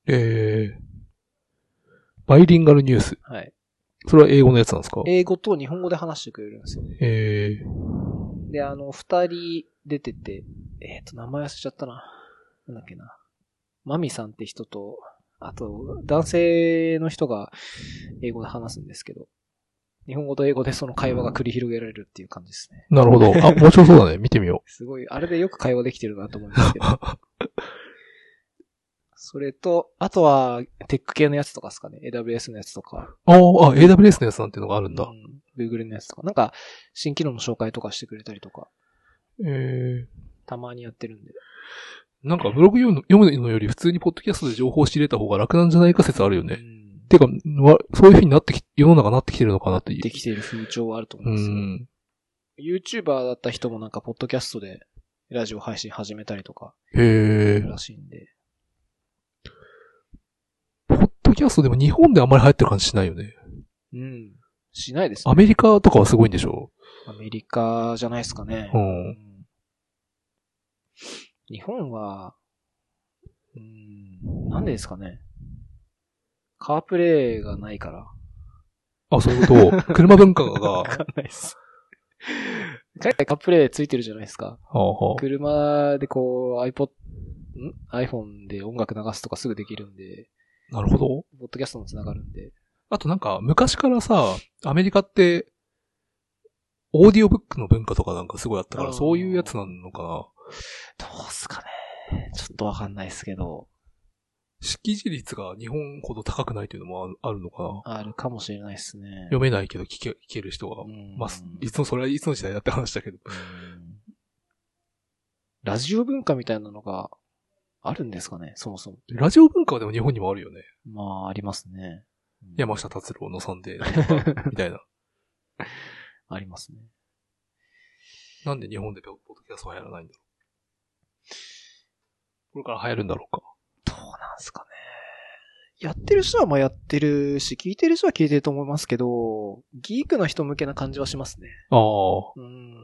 [SPEAKER 2] えー、バイリンガルニュース。
[SPEAKER 1] はい。
[SPEAKER 2] それは英語のやつなんですか
[SPEAKER 1] 英語と日本語で話してくれるんですよ。
[SPEAKER 2] えー、
[SPEAKER 1] で、あの、二人出てて、えっ、と、名前忘れちゃったな。なんだっけな。マミさんって人と、あと、男性の人が英語で話すんですけど、日本語と英語でその会話が繰り広げられるっていう感じですね。
[SPEAKER 2] なるほど。あ、面白そうだね。見てみよ
[SPEAKER 1] すごい、あれでよく会話できてるなと思いますけど。 それと、あとは、テック系のやつとかですかね。AWS のやつとか、
[SPEAKER 2] う。あーあ、AWS のやつなんていうのがあるん
[SPEAKER 1] う
[SPEAKER 2] だ。
[SPEAKER 1] ん、Google のやつとか。なんか、新機能の紹介とかしてくれたりとか、
[SPEAKER 2] えー、
[SPEAKER 1] たまにやってるんで。
[SPEAKER 2] なんかブログ読む読むのより普通にポッドキャストで情報を仕入れた方が楽なんじゃないか説あるよ
[SPEAKER 1] う
[SPEAKER 2] ね。
[SPEAKER 1] ん
[SPEAKER 2] てか、わそういう風になってき、世の中なってきてるのかなっていう。
[SPEAKER 1] できてる風潮はあると思
[SPEAKER 2] う
[SPEAKER 1] うんですよ。
[SPEAKER 2] ん。
[SPEAKER 1] YouTuber だった人もなんか、ポッドキャストでラジオ配信始めたりとか、
[SPEAKER 2] えー、
[SPEAKER 1] らしいんで。
[SPEAKER 2] ポッドキャストでも日本であんまり流行ってる感じしないよね。
[SPEAKER 1] うん。しないですね。
[SPEAKER 2] アメリカとかはすごいんでしょ
[SPEAKER 1] アメリカじゃないですかね。
[SPEAKER 2] う。
[SPEAKER 1] うんん日本は、うん、なんでですかね。カープレイがないから。
[SPEAKER 2] あ、そういう こと。車文化が、
[SPEAKER 1] わかんないです。海外カープレイついてるじゃないですか。
[SPEAKER 2] はあはあ
[SPEAKER 1] 車でこう、iPod、ん iPhone で音楽流すとかすぐできるんで、
[SPEAKER 2] なるほど。
[SPEAKER 1] ポッドキャストも繋がるんで。
[SPEAKER 2] あとなんか、昔からさ、アメリカって、オーディオブックの文化とかなんかすごいあったか
[SPEAKER 1] あー
[SPEAKER 2] ら、そういうやつなのかな。
[SPEAKER 1] どうすかね。ちょっとわかんないですけど、
[SPEAKER 2] 識字率が日本ほど高くないというのもあるあるのかな。
[SPEAKER 1] あるかもしれないですね。
[SPEAKER 2] 読めないけど聞け聞ける人が。
[SPEAKER 1] うん
[SPEAKER 2] まあ、いつも、それはいつの時代だって話だけど。
[SPEAKER 1] うんラジオ文化みたいなのがあるんですかね、そもそも。
[SPEAKER 2] ラジオ文化はでも日本にもあるよね。
[SPEAKER 1] まあ、ありますね。うん
[SPEAKER 2] 山下達郎のサンデーなん とかみたいな。
[SPEAKER 1] ありますね。
[SPEAKER 2] なんで日本でポッドキャストは流行らないんだろう。これから流行るんだろうか。
[SPEAKER 1] どうなんすかね。やってる人はまあやってるし、聞いてる人は聞いてると思いますけど、ギークな人向けな感じはしますね。
[SPEAKER 2] ああ、
[SPEAKER 1] うん。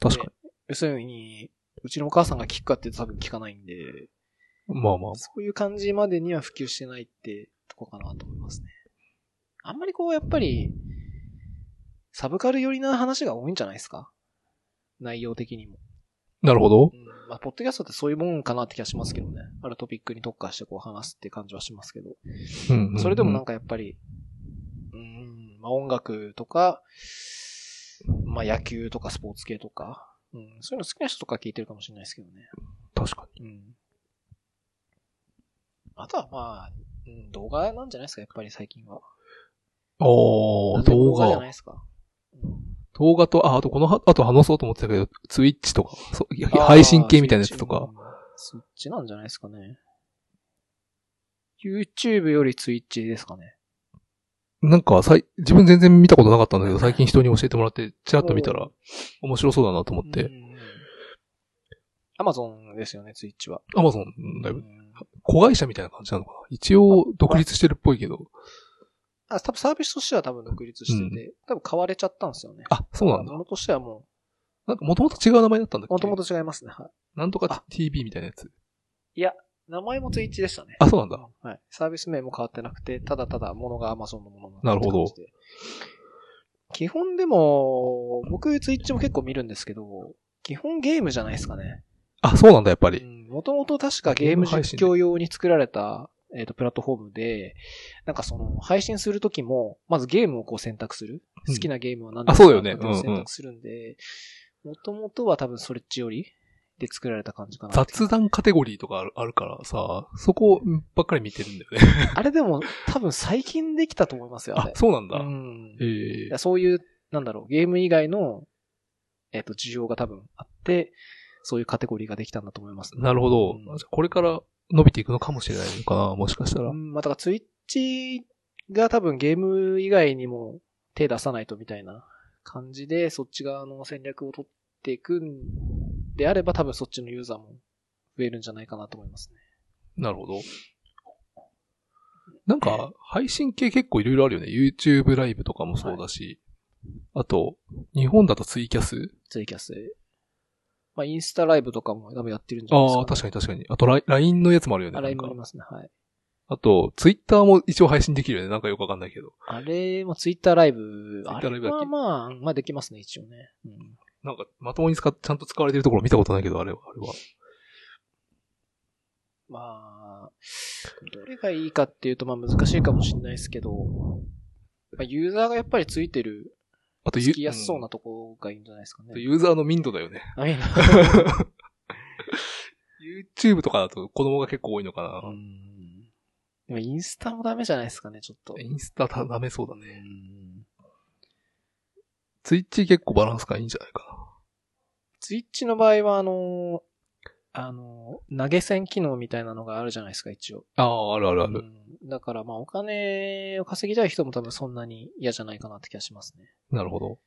[SPEAKER 2] 確かに。
[SPEAKER 1] に。要するに、うちのお母さんが聞くかって多分聞かないんで、
[SPEAKER 2] まあまあ。
[SPEAKER 1] そういう感じまでには普及してないってとこかなと思いますね。あんまりこう、やっぱり、サブカル寄りな話が多いんじゃないですか内容的にも。
[SPEAKER 2] なるほど
[SPEAKER 1] う。ん。まあ、ポッドキャストってそういうもんかなって気がしますけどね。あるトピックに特化してこう話すって感じはしますけど。
[SPEAKER 2] うんうんうん
[SPEAKER 1] それでもなんかやっぱり、うん、まあ音楽とか、まあ野球とかスポーツ系とか、うん、そういうの好きな人とか聞いてるかもしれないですけどね。
[SPEAKER 2] 確か
[SPEAKER 1] うん。あとはまあ、うん、動画なんじゃないですか、やっぱり最近は。
[SPEAKER 2] に。ああ、動
[SPEAKER 1] 動画じゃな
[SPEAKER 2] 画
[SPEAKER 1] い。ですか。うん
[SPEAKER 2] 動画と、あ、あとこのは、あと話そうと思ってたけど、ツイッチとか、そういや
[SPEAKER 1] あー
[SPEAKER 2] 配信系みたいなやつとか。。
[SPEAKER 1] そっちなんじゃないですかね。YouTube より Twitch ですかね。
[SPEAKER 2] なんか、さい、自分全然見たことなかったんだけど、最近人に教えてもらって、ちらっと見たら、面白そうだなと思って、
[SPEAKER 1] Amazon ですよね、Twitch は。
[SPEAKER 2] アマゾンだいうぶ、
[SPEAKER 1] ん
[SPEAKER 2] 子会社みたいな感じなのかな一応、独立してるっぽいけど、
[SPEAKER 1] あ、多分サービスとしては多分独立してて、多分買われちゃったんですよね。
[SPEAKER 2] あ、そうなんだ。
[SPEAKER 1] ものとしてはも
[SPEAKER 2] なんか、もともと違う名前だったんだっ
[SPEAKER 1] う、もとも
[SPEAKER 2] と。
[SPEAKER 1] と違いますね。は
[SPEAKER 2] なんとか TV みたいなやつ。
[SPEAKER 1] い。いや、名前も Twitch でしたね。
[SPEAKER 2] あ、そうなんだ。
[SPEAKER 1] はい。サービス名も変わってなくて、ただただ物が Amazon のもの
[SPEAKER 2] なるほど
[SPEAKER 1] って感じで。基本でも、僕ツイッチも結構見るんですけど、基本ゲームじゃないですかね。
[SPEAKER 2] あ、そうなんだ、やっぱり。
[SPEAKER 1] もともと確かゲーム実況用に作られた、えっ、と、プラットフォームで、なんかその、配信するときも、まずゲームをこう選択する。
[SPEAKER 2] うん
[SPEAKER 1] 好きなゲームは何
[SPEAKER 2] あそうだよね
[SPEAKER 1] っていうのを
[SPEAKER 2] うんうん
[SPEAKER 1] 選択するんで、もともとは多分それっちよりで作られた感じかなって。
[SPEAKER 2] 雑談カテゴリーとかあるあるからさ、そこばっかり見てるんだよね。
[SPEAKER 1] あれでも多分最近できたと思いますよ、あ
[SPEAKER 2] あ
[SPEAKER 1] れ、。
[SPEAKER 2] そうなんだ
[SPEAKER 1] う。ん
[SPEAKER 2] え
[SPEAKER 1] い
[SPEAKER 2] え
[SPEAKER 1] やそういう、なんだろう、ゲーム以外の、えっ、と、需要が多分あって、そういうカテゴリーができたんだと思います。
[SPEAKER 2] なるほど。
[SPEAKER 1] うん
[SPEAKER 2] じゃあこれから伸びていくのかもしれないのかな、もしかしたら。
[SPEAKER 1] うん、まあ、だからツイッチが多分ゲーム以外にも手出さないとみたいな感じで、そっち側の戦略を取っていくんであれば、多分そっちのユーザーも増えるんじゃないかなと思いますね。
[SPEAKER 2] なるほど。なんか、配信系結構いろいろあるよね。YouTube ライブとかもそうだし。あと、日本だとツイキャス
[SPEAKER 1] ツイキャス。まあ、インスタライブとかも多分やってるんじゃないですか、
[SPEAKER 2] ああ、確かに確かに。あと、ライン LINE のやつもあるよね。
[SPEAKER 1] あ
[SPEAKER 2] な
[SPEAKER 1] れ
[SPEAKER 2] ん
[SPEAKER 1] もあ
[SPEAKER 2] か
[SPEAKER 1] りますね。はい。
[SPEAKER 2] あと、Twitter も一応配信できるよね。なんかよくわかんないけど。
[SPEAKER 1] あれもツイッターライブ、あ
[SPEAKER 2] Twitter ラ
[SPEAKER 1] れ
[SPEAKER 2] イブだっ
[SPEAKER 1] は
[SPEAKER 2] け
[SPEAKER 1] まあ、まあできますね、一応ね。うん
[SPEAKER 2] なんか、まともに使っ、ちゃんと使われてるところ見たことないけど、あれは、あれは。
[SPEAKER 1] まあ、どれがいいかっていうと、まあ難しいかもしれないですけど、まあユーザーがやっぱりついてる、
[SPEAKER 2] あと、
[SPEAKER 1] つきやすそう
[SPEAKER 2] な。
[SPEAKER 1] なとこがいいんじゃないですかね
[SPEAKER 2] あと。ユーザーの民度だよね。
[SPEAKER 1] あい や
[SPEAKER 2] YouTube とかだと子供が結構多いのかな。
[SPEAKER 1] うんでもインスタもダメじゃないですかね、ちょっと。
[SPEAKER 2] インスタたダメそうだね。
[SPEAKER 1] うん
[SPEAKER 2] ツイッチ結構バランスがいいんじゃないか
[SPEAKER 1] ツイッチの場合は、あの、あの、投げ銭機能みたいなのがあるじゃないですか、一応。
[SPEAKER 2] な。ああ、あるあるあ
[SPEAKER 1] う。んだから、まあ、お金を稼ぎたい人も多分そんなに嫌じゃないかなって気がしますね。
[SPEAKER 2] なるほど。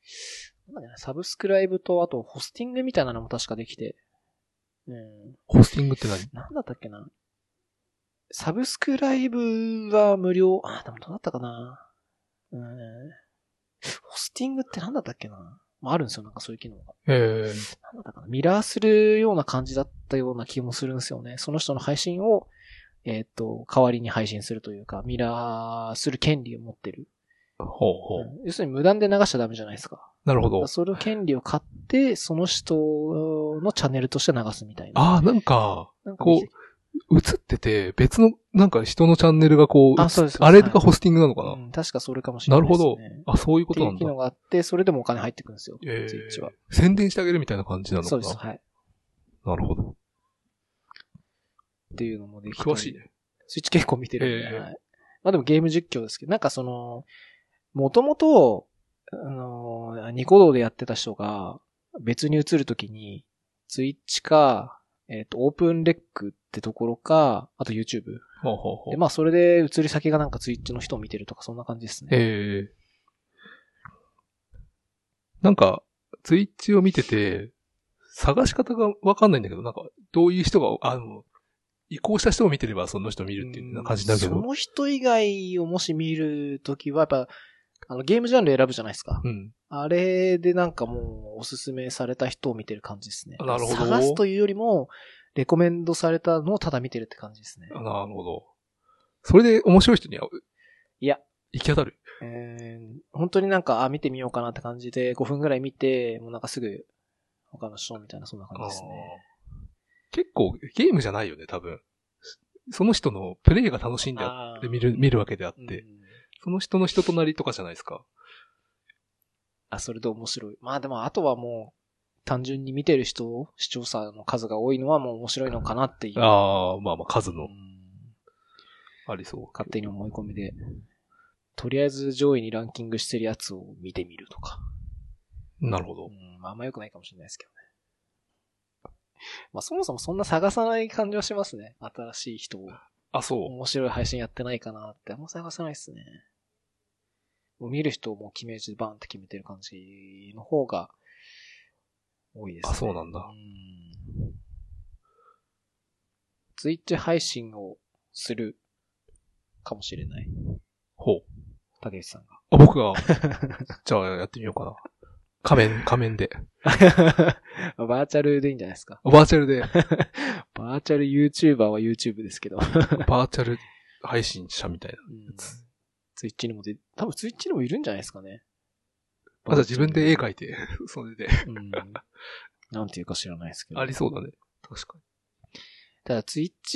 [SPEAKER 1] なんかねサブスクライブと、あと、ホスティングみたいなのも確かできて、うん、
[SPEAKER 2] ホスティングって何
[SPEAKER 1] なんだったっけな。サブスクライブは無料、あ、でもどうだったかな。うん、ホスティングってなんだったっけな。まあ、あるんですよ、なんかそういう機能が。
[SPEAKER 2] ええ
[SPEAKER 1] なんだったかな。ミラーするような感じだったような気もするんですよね。その人の配信を、えっ、と、代わりに配信するというか、ミラーする権利を持ってる。
[SPEAKER 2] ほうほ
[SPEAKER 1] う
[SPEAKER 2] う。
[SPEAKER 1] ん要するに無断で流しちゃダメじゃないですか。
[SPEAKER 2] なるほど。
[SPEAKER 1] それを権利を買って、その人のチャンネルとして流すみたいな。
[SPEAKER 2] ああ、なんか、
[SPEAKER 1] なんか
[SPEAKER 2] こう、映ってて、別の、なんか人のチャンネルがこう、
[SPEAKER 1] あそうです
[SPEAKER 2] あれが
[SPEAKER 1] はい
[SPEAKER 2] ホスティングなのかな、
[SPEAKER 1] うん確かそれかもしれないです、ね。
[SPEAKER 2] なるほあ、そういうこ
[SPEAKER 1] って
[SPEAKER 2] と
[SPEAKER 1] い
[SPEAKER 2] な
[SPEAKER 1] うん機
[SPEAKER 2] だ
[SPEAKER 1] 能。があって、それでもお金入ってくるんですよ。
[SPEAKER 2] え
[SPEAKER 1] ツイッチは。
[SPEAKER 2] え宣伝してあげるみたいな感じなのか
[SPEAKER 1] そう
[SPEAKER 2] な
[SPEAKER 1] です。はい。
[SPEAKER 2] なるほど。
[SPEAKER 1] っていうのもできたり
[SPEAKER 2] 詳しい。ね。
[SPEAKER 1] スイッチ結構見てるんで、
[SPEAKER 2] ええ
[SPEAKER 1] はいまあでもゲーム実況ですけど、なんかその、もともと、あの、ニコ動でやってた人が、別に移るときに、ツイッチか、えっ、と、オープンレックってところか、あと YouTube。
[SPEAKER 2] ほうほうほう
[SPEAKER 1] で、。まあそれで移り先がなんかツイッチの人を見てるとか、そんな感じですね。
[SPEAKER 2] ええなんか、ツイッチを見てて、探し方がわかんないんだけど、なんか、どういう人が、あの、移行した人を見てればその人見るっていうような感じだけ
[SPEAKER 1] そ
[SPEAKER 2] ど。
[SPEAKER 1] の人以外をもし見るときは、やっぱ、あの、ゲームジャンル選ぶじゃないですか。
[SPEAKER 2] うん。
[SPEAKER 1] あれでなんかもう、おすすめされた人を見てる感じですね。
[SPEAKER 2] なるほど
[SPEAKER 1] 探すというよりも、レコメンドされたのをただ見てるって感じですね。
[SPEAKER 2] あなるほど。それで面白い人には、
[SPEAKER 1] いや、
[SPEAKER 2] 行き当たる。
[SPEAKER 1] えー本当になんか、あ、見てみようかなって感じで、5分ぐらい見て、もうなんかすぐ、他の人みたいな、そんな感じですね。
[SPEAKER 2] あー結構、ゲームじゃないよね、多分。その人のプレイが楽しいんだ
[SPEAKER 1] あ
[SPEAKER 2] って
[SPEAKER 1] ー
[SPEAKER 2] 見る、見るわけであっ
[SPEAKER 1] うん
[SPEAKER 2] て、その人の人となりとかじゃないですか。
[SPEAKER 1] あ、それで面白い。まあでも、あとはもう、単純に見てる人、視聴者の数が多いのはもう面白いのかなっていう。
[SPEAKER 2] ああ、まあまあ、数
[SPEAKER 1] う
[SPEAKER 2] の
[SPEAKER 1] ん
[SPEAKER 2] ありそう。
[SPEAKER 1] 勝手に思い込みで、とりあえず上位にランキングしてるやつを見てみるとか。
[SPEAKER 2] なるほど
[SPEAKER 1] う。ん、まああんま良くないかもしれないですけどね。まあそもそもそんな探さない感じはしますね。新しい人を。
[SPEAKER 2] あ、そ
[SPEAKER 1] 面白い配信やってないかなって、あんま探さないですね。もう見る人をもう決め打ちでバーンって決めてる感じの方が多いです、ね。
[SPEAKER 2] あそうなんだ
[SPEAKER 1] うん。ツイッチ配信をするかもしれない。
[SPEAKER 2] ほう。
[SPEAKER 1] 竹内さ んが。
[SPEAKER 2] あ、僕が。じゃあ、やってみようかな。仮面、仮面で。
[SPEAKER 1] バーチャルでいいんじゃないですか。
[SPEAKER 2] バーチャ ルで、
[SPEAKER 1] バーチャル YouTuber は YouTube ですけど。
[SPEAKER 2] バーチャル配信者みたいな。つ
[SPEAKER 1] ツイッチにもで、多分ツイッチにもいるんじゃないですかね。
[SPEAKER 2] あ、じゃあ自分で絵描いて、それで。
[SPEAKER 1] うん。なんていうか知らないですけど。
[SPEAKER 2] ありそうだね。確かに。
[SPEAKER 1] ただ、ツイッ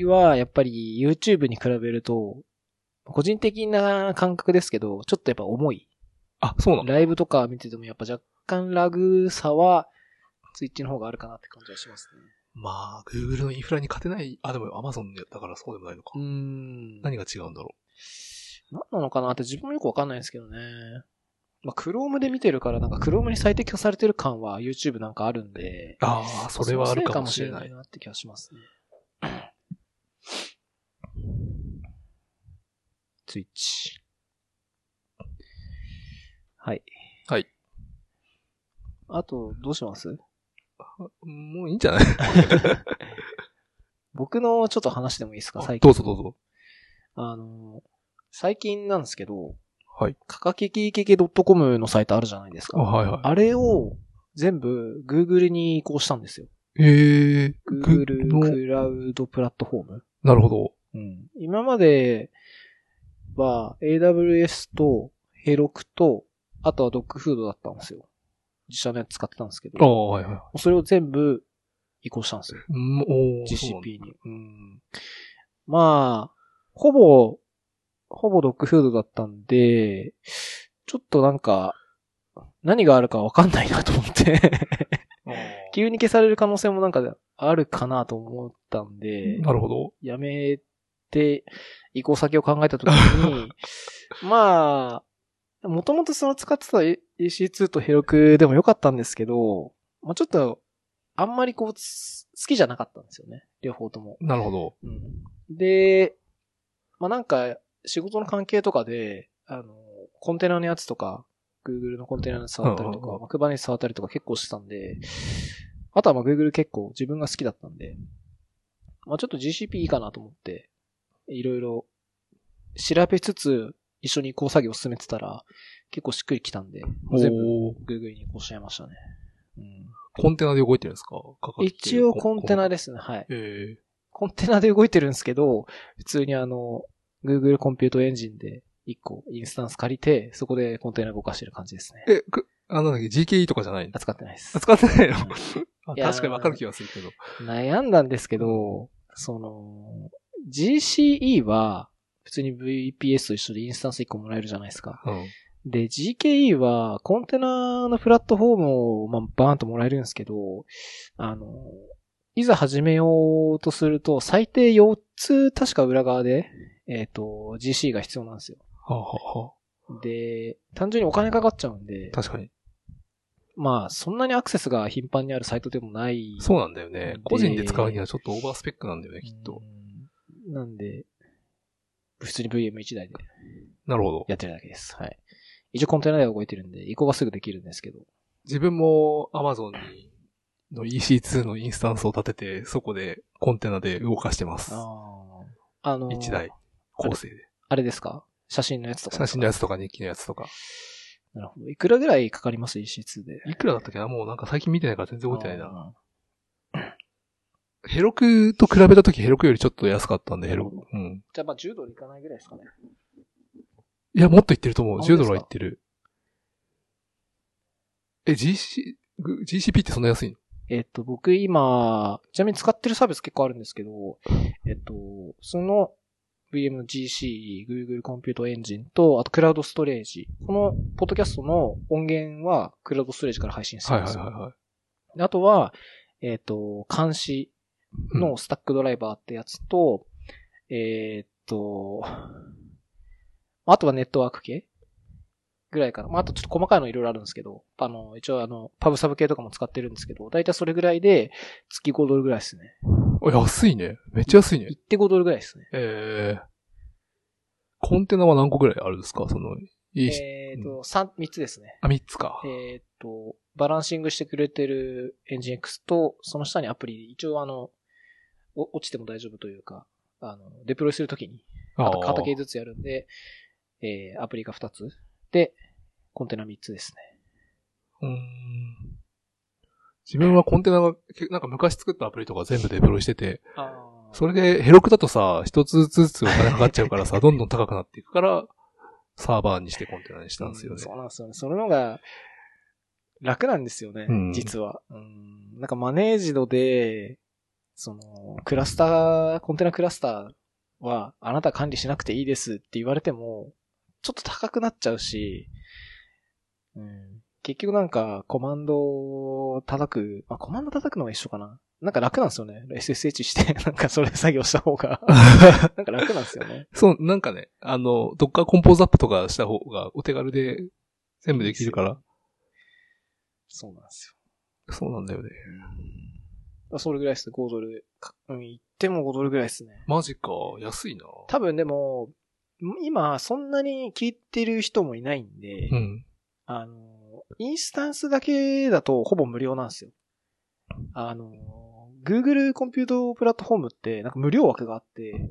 [SPEAKER 1] チは、やっぱり YouTube に比べると、個人的な感覚ですけど、ちょっとやっぱ重い。
[SPEAKER 2] あ、そうなんだ。
[SPEAKER 1] ライブとか見ててもやっぱ若干ラグさは、ツイッチの方があるかなって感じはしますね。
[SPEAKER 2] まあ、Google のインフラに勝てない。あ、でも Amazon だからそうでもないのか。
[SPEAKER 1] ん何
[SPEAKER 2] 何が違うんだろ
[SPEAKER 1] なのかなって自分もよくわかんないですけどね。まあ、Chrome で見てるから、なんか Chrome に最適化されてる感は YouTube なんかあるんで。
[SPEAKER 2] う。ああ、それはあるかもしれ
[SPEAKER 1] その
[SPEAKER 2] な
[SPEAKER 1] せい
[SPEAKER 2] い。
[SPEAKER 1] なって気がしますね。ツイッチ。はい。
[SPEAKER 2] はい。
[SPEAKER 1] あと、どうします
[SPEAKER 2] もういいんじ ゃない
[SPEAKER 1] 僕のちょっと話でもいいですか最近。
[SPEAKER 2] どうぞどうぞ。
[SPEAKER 1] あの、最近なんですけど、
[SPEAKER 2] はい。
[SPEAKER 1] かかけきけけ .com のサイトあるじゃないです
[SPEAKER 2] あ、
[SPEAKER 1] か。
[SPEAKER 2] はいは
[SPEAKER 1] あれを全部 Google に移行したんですよ。
[SPEAKER 2] い。へえ。
[SPEAKER 1] Google
[SPEAKER 2] の、
[SPEAKER 1] クラウドプラットフォーム
[SPEAKER 2] なるほど。
[SPEAKER 1] うん。今までは AWS とヘロクと、あとはドッグフードだったんですよ。自社のやつ使ってたんですけ
[SPEAKER 2] あ
[SPEAKER 1] ど、
[SPEAKER 2] あ、はいは
[SPEAKER 1] それを全部移行したんですよ。
[SPEAKER 2] い。うんおーそうなんだ
[SPEAKER 1] GCP に。うん。まあ、ほぼ、ほぼドッグフードだったんで、ちょっとなんか、何があるかわかんないなと思って、 急に消される可能性もなんかあるかなと思ったんで、
[SPEAKER 2] なるほど。
[SPEAKER 1] やめて、移行先を考えたとき に、まあ、もともとその使ってた EC2 とヘロクでも良かったんですけど、まあちょっと、あんまりこう、つ好きじゃなかったんですよね。両方とも。
[SPEAKER 2] なるほど。
[SPEAKER 1] うん、で、まあなんか、仕事の関係とかで、あの、コンテナのやつとか、Google のコンテナのやつ触ったりと
[SPEAKER 2] うんうん
[SPEAKER 1] か、
[SPEAKER 2] うん
[SPEAKER 1] まあ Kubernetes 触ったりとか結構してたんで、あとはまあ Google 結構自分が好きだったんで、まあちょっと GCP いいかなと思って、いろいろ調べつつ、一緒に移行作業を進めてたら、結構しっくりきたんで、もう全部
[SPEAKER 2] おー
[SPEAKER 1] Google に移行しちゃいましたね。うん、
[SPEAKER 2] コンテナで動いてるんですかかかってる
[SPEAKER 1] 一応コンテナ
[SPEAKER 2] で。
[SPEAKER 1] ですね、はい。
[SPEAKER 2] え
[SPEAKER 1] コンテナで動いてるんですけど、普通にあの、Google コンピュートエンジンで1個インスタンス借りて、そこでコンテナ動かしてる感じですね。
[SPEAKER 2] え。え、くあ、なんだっけ、GKE とかじゃないの
[SPEAKER 1] 扱ってないです。
[SPEAKER 2] 使ってないのあ
[SPEAKER 1] いやー
[SPEAKER 2] 確かにわかる気がするけど。
[SPEAKER 1] 悩んだんですけど、その、GCE は、普通に VPS と一緒でインスタンス1個もらえるじゃないですか。
[SPEAKER 2] うん。
[SPEAKER 1] で、GKE は、コンテナのプラットフォームを、まあ、バーンともらえるんですけど、あの、いざ始めようとすると、最低4つ確か裏側で、えっ、と、GC が必要なんですよ。
[SPEAKER 2] はあ、はあは
[SPEAKER 1] で、単純にお金かかっちゃうんで
[SPEAKER 2] あ、、確かに。
[SPEAKER 1] まあ、そんなにアクセスが頻繁にあるサイトでもない。
[SPEAKER 2] そうなんだよね
[SPEAKER 1] で。
[SPEAKER 2] 個人で使うにはちょっとオーバースペックなんだよね、きっと。
[SPEAKER 1] うん。なんで、普通に VM1 台で
[SPEAKER 2] なるほど。
[SPEAKER 1] やってるだけです。はい。一応コンテナでは動いてるんで、移行がすぐできるんですけど。
[SPEAKER 2] 自分も Amazon にの EC2 のインスタンスを立てて、そこでコンテナで動かしてます。
[SPEAKER 1] ああ。あのー、
[SPEAKER 2] 一台構成で。
[SPEAKER 1] あれですか写真のやつとか。
[SPEAKER 2] 写真のやつとか日記のやつとか。
[SPEAKER 1] なるほど。いくらぐらいかかります ?EC2 で。
[SPEAKER 2] いくらだったっけなもうなんか最近見てないから全然覚えてないな。
[SPEAKER 1] あ
[SPEAKER 2] ヘロクと比べたときヘロクよりちょっと安かったんで、ヘロク。うん。
[SPEAKER 1] ー。じゃあまあ10ドルいかないぐらいですかね。
[SPEAKER 2] いや、もっといってると思う。
[SPEAKER 1] あ
[SPEAKER 2] 10ドルはいってる。え、GC、ぐ GCP ってそんな安いの
[SPEAKER 1] えっと、僕今、ちなみに使ってるサービス結構あるんですけど、えっと、その VM の GC、Google コンピュートエンジンと、あとクラウドストレージ。このポッドキャストの音源はクラウドストレージから配信して
[SPEAKER 2] はい
[SPEAKER 1] るんで
[SPEAKER 2] はい
[SPEAKER 1] すよ。
[SPEAKER 2] はいはい。
[SPEAKER 1] あとは、えっと、監視
[SPEAKER 2] うん
[SPEAKER 1] のスタックドライバーってやつと、えっと、あとはネットワーク系ぐらいから、まあ、あとちょっと細かいのいろいろあるんですけど、あの、一応あの、パブサブ系とかも使ってるんですけど、だいたいそれぐらいで、月5ドルぐらいですね。
[SPEAKER 2] あ安いね。めっちゃ安いね。
[SPEAKER 1] 行って5ドルぐらいですね。
[SPEAKER 2] ええコンテナは何個ぐらいあるんですかその、いいし、
[SPEAKER 1] えっと、三三つですね。
[SPEAKER 2] あ、3つか。
[SPEAKER 1] えっと、バランシングしてくれてるエンジン X と、その下にアプリ、一応あの、お落ちても大丈夫というか、あの、デプロイするときに、
[SPEAKER 2] あ
[SPEAKER 1] 片片系
[SPEAKER 2] ー
[SPEAKER 1] ずつやるんで、えー、アプリが2つ。で、コンテナ3つですね。
[SPEAKER 2] うーん自分はコンテナが、けなんか昔作ったアプリとか全部デプロイしてて、
[SPEAKER 1] あ
[SPEAKER 2] それでヘロクだとさ、一つずつお金かかっちゃうか らさ、どんどん高くなっていくから、サーバーにしてコンテナにしたんですよね。
[SPEAKER 1] そうなんですよね。そののが、楽なんですよね、
[SPEAKER 2] うん
[SPEAKER 1] 実は。うん。なんかマネージドで、その、クラスター、コンテナクラスターは、あなた管理しなくていいですって言われても、ちょっと高くなっちゃうし、うん。結局なんか、コマンドを叩く、まあ、コマンド叩くのが一緒かな。なんか楽なんですよね。SSH して、なんかそれ作業した方 が、なんか楽なんですよね。
[SPEAKER 2] そう、なんかね、あの、ドッカーコンポーズアップとかした方がお手軽で全部できるから、
[SPEAKER 1] そうなんですよ。
[SPEAKER 2] そうなんだよね。
[SPEAKER 1] まあそれぐらいです。5ドル。かうん、行っても5ドルぐらいですね。
[SPEAKER 2] マジか、安いな。
[SPEAKER 1] 多分でも、今、そんなに聞いてる人もいないんで、
[SPEAKER 2] うん。
[SPEAKER 1] あの、インスタンスだけだとほぼ無料なんですよ。あの、Google コンピュートプラットフォームって、なんか無料枠があって、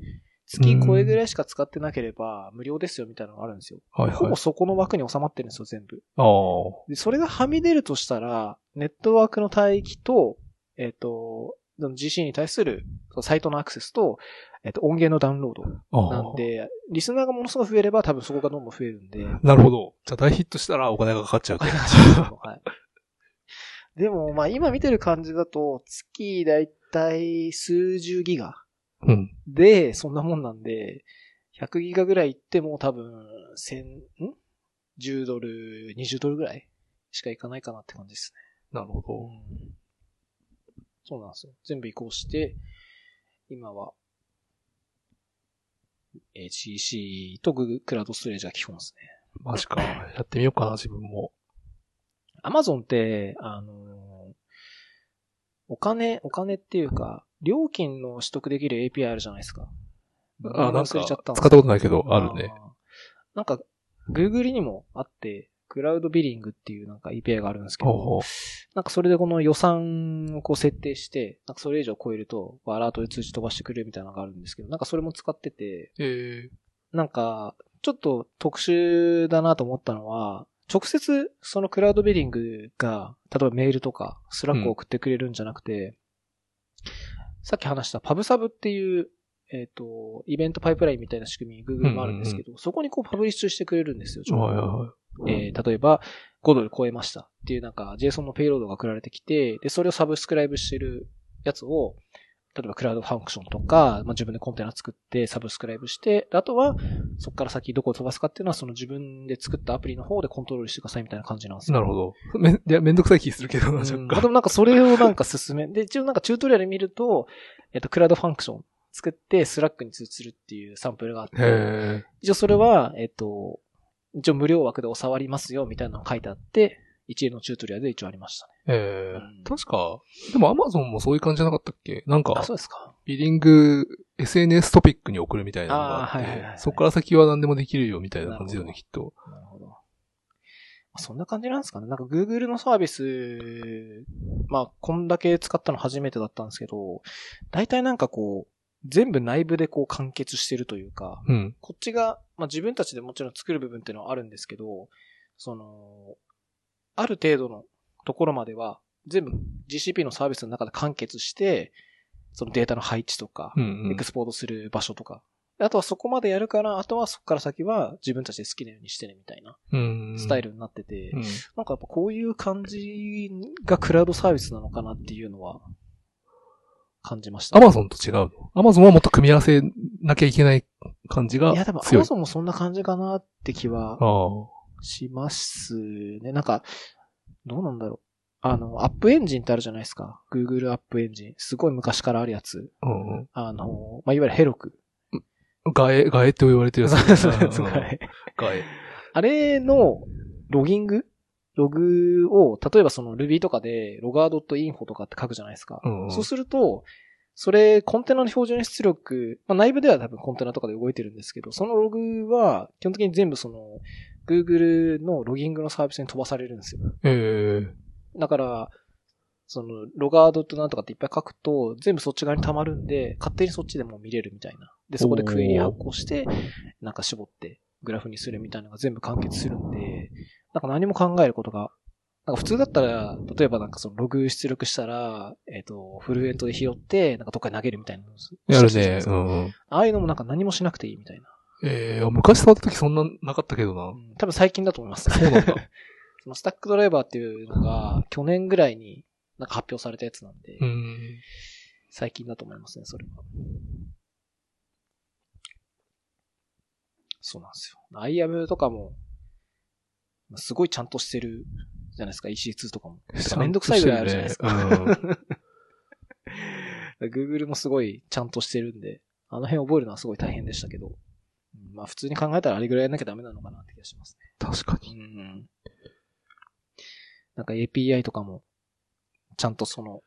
[SPEAKER 1] 月これぐらいしか使ってなければ無料ですよみたいなのがあるんですよ。
[SPEAKER 2] はい
[SPEAKER 1] ほ
[SPEAKER 2] はい
[SPEAKER 1] ぼ。そこの枠に収まってるんですよ、全部。
[SPEAKER 2] ああ。
[SPEAKER 1] で、それがはみ出るとしたら、ネットワークの帯域と、えっ、と、その GC に対するそのサイトのアクセスと、えっ、と、音源のダウンロード
[SPEAKER 2] ああ
[SPEAKER 1] なんで、リスナーがものすごく増えれば多分そこがどんどん増えるんで、
[SPEAKER 2] なるほど。じゃあ大ヒットしたらお金がかかっちゃう
[SPEAKER 1] お
[SPEAKER 2] けど
[SPEAKER 1] 金。が走るとはい。でも、まあ今見てる感じだと、月だいたい数十ギガ
[SPEAKER 2] うん。
[SPEAKER 1] で、そんなもんなんで、100ギガぐらいいっても多分、1000、ん ?10 ドル、20ドルぐらいしかいかないかなって感じですね
[SPEAKER 2] なるほど。
[SPEAKER 1] そうなんですよ。全部移行して、今は、えー GC と Google クラウドストレージは基本ですね。
[SPEAKER 2] マジか。やってみようかな、自分も。
[SPEAKER 1] Amazon って、あのーお金、お金っていうか、料金の取得できる API あるじゃないですか。
[SPEAKER 2] あ、なん
[SPEAKER 1] 忘
[SPEAKER 2] か、
[SPEAKER 1] れち
[SPEAKER 2] 使
[SPEAKER 1] ゃ
[SPEAKER 2] っ
[SPEAKER 1] った
[SPEAKER 2] た
[SPEAKER 1] んです
[SPEAKER 2] ことないけど、あるね。
[SPEAKER 1] ー。なんか、Google にもあって、クラウドビリングっていうなんか API があるんですけ
[SPEAKER 2] ほう
[SPEAKER 1] ど、
[SPEAKER 2] ほう。
[SPEAKER 1] なんかそれでこの予算をこう設定して、なんかそれ以上超えると、こうアラートで通知飛ばしてくれるみたいなのがあるんですけど、なんかそれも使ってて、
[SPEAKER 2] え
[SPEAKER 1] なんか、ちょっと特殊だなと思ったのは、直接そのクラウドビリングが、例えばメールとか、スラックを送ってくれるんじゃなくて、さっき話したパブサブっていう、えっ、と、イベントパイプラインみたいな仕組み、Google もあるんですけど、そこにこうパブリッシュしてくれるんですよ、
[SPEAKER 2] ー、はいはいはい。
[SPEAKER 1] えー例えば、5ドル超えましたっていうなんか JSON のペイロードが送られてきて、で、それをサブスクライブしてるやつを、例えばクラウドファンクションとか、まあ、自分でコンテナ作ってサブスクライブして、であとは、そこから先どこを飛ばすかっていうのは、その自分で作ったアプリの方でコントロールしてくださいみたいな感じなんですよ。
[SPEAKER 2] なるほど。め、いや、めんどくさい気するけど
[SPEAKER 1] う
[SPEAKER 2] な、若
[SPEAKER 1] んまあ
[SPEAKER 2] 干。
[SPEAKER 1] でもなんかそれをなんか進め、で、一応なんかチュートリアル見ると、えっと、クラウドファンクション作って、スラックに通知するっていうサンプルがあって、
[SPEAKER 2] へえ。
[SPEAKER 1] 一応それは、えっと、一応無料枠でお触りますよみたいなのが書いてあって、一連のチュートリアルで一応ありましたね。
[SPEAKER 2] え
[SPEAKER 1] うん
[SPEAKER 2] ー、確か、でも Amazon もそういう感じじゃなかったっけなん
[SPEAKER 1] あ、
[SPEAKER 2] か、
[SPEAKER 1] そうですか。
[SPEAKER 2] ビリング、SNS トピックに送るみたいなのがあ
[SPEAKER 1] あーはいはいは
[SPEAKER 2] っ
[SPEAKER 1] い
[SPEAKER 2] て、そこから先は何でもできるよみたいな感じだよね、
[SPEAKER 1] な
[SPEAKER 2] きっと。
[SPEAKER 1] なるほど。まあそんな感じなんですかね。なんか Google のサービス、まあ、こんだけ使ったの初めてだったんですけど、大体なんかこう、全部内部でこう完結してるというか、
[SPEAKER 2] うん。
[SPEAKER 1] こっちが、まあ自分たちでもちろん作る部分っていうのはあるんですけど、その、ある程度のところまでは、全部 GCP のサービスの中で完結して、そのデータの配置とか、
[SPEAKER 2] うんう
[SPEAKER 1] エ
[SPEAKER 2] ん
[SPEAKER 1] ク。スポートする場所とか、あとはそこまでやるから、あとはそこから先は自分たちで好きなようにしてねみたいな
[SPEAKER 2] うん
[SPEAKER 1] スタイ。ルになってて、
[SPEAKER 2] うん。
[SPEAKER 1] なんかやっぱこういう感じがクラウドサービスなのかなっていうのは感じました、ね。
[SPEAKER 2] Amazon と違うの ?Amazon はもっと組み合わせなきゃいけない感じが
[SPEAKER 1] いや、多分
[SPEAKER 2] 強い。
[SPEAKER 1] Amazon もそんな感じかなって気は
[SPEAKER 2] ああ。
[SPEAKER 1] しますね。なんか、どうなんだろう。あの、アップエンジンってあるじゃないですか。Google アップエンジン。すごい昔からあるやつ。
[SPEAKER 2] うんうん。
[SPEAKER 1] あの、まあ、いわゆるヘロク。
[SPEAKER 2] ガエ、ガエって言われてるや つ。
[SPEAKER 1] そうそうそう
[SPEAKER 2] うん
[SPEAKER 1] はい
[SPEAKER 2] ガエ。
[SPEAKER 1] あれの、ロギングログを、例えばその Ruby とかで logger.info とかって書くじゃないですか。
[SPEAKER 2] うんうん
[SPEAKER 1] そうすると、それ、コンテナの標準出力、まあ、内部では多分コンテナとかで動いてるんですけど、そのログは、基本的に全部その、Google のロギングのサービスに飛ばされるんですよ。
[SPEAKER 2] ええ
[SPEAKER 1] だから、その、ロガードとなんとかっていっぱい書くと、全部そっち側に溜まるんで、勝手にそっちでもう見れるみたいな。で、そこでクエリ発行して、なんか絞って、グラフにするみたいなのが全部完結するんで、なんか何も考えることが、なんか普通だったら、例えばなんかそのログ出力したら、えっ、と、フルエントで拾って、なんかどっかに投げるみたいなのをす
[SPEAKER 2] やる
[SPEAKER 1] してた
[SPEAKER 2] ね。
[SPEAKER 1] じ
[SPEAKER 2] う
[SPEAKER 1] ゃないですかあ
[SPEAKER 2] んうん。
[SPEAKER 1] あいうのもなんか何もしなくていいみたいな。
[SPEAKER 2] ええ昔触った時そんななかったけどな
[SPEAKER 1] う。ん多分最近だと思います。
[SPEAKER 2] そうなんだ。
[SPEAKER 1] そのスタックドライバーっていうのが、去年ぐらいになんか発表されたやつなんで、
[SPEAKER 2] うん。
[SPEAKER 1] 最近だと思いますね、それは。そうなんですよ。アイアムとかも、まあすごいちゃんとしてるじゃないですか、EC2 とかも。てかめんどくさいぐらいあるじゃないですか。
[SPEAKER 2] うん
[SPEAKER 1] Google もすごいちゃんとしてるんで、あの辺覚えるのはすごい大変でしたけど、うんまあ普通に考えたらあれぐらいやんなきゃダメなのかなって気がしますね。
[SPEAKER 2] 確かに。
[SPEAKER 1] うん。なんか API とかも、ちゃんとその、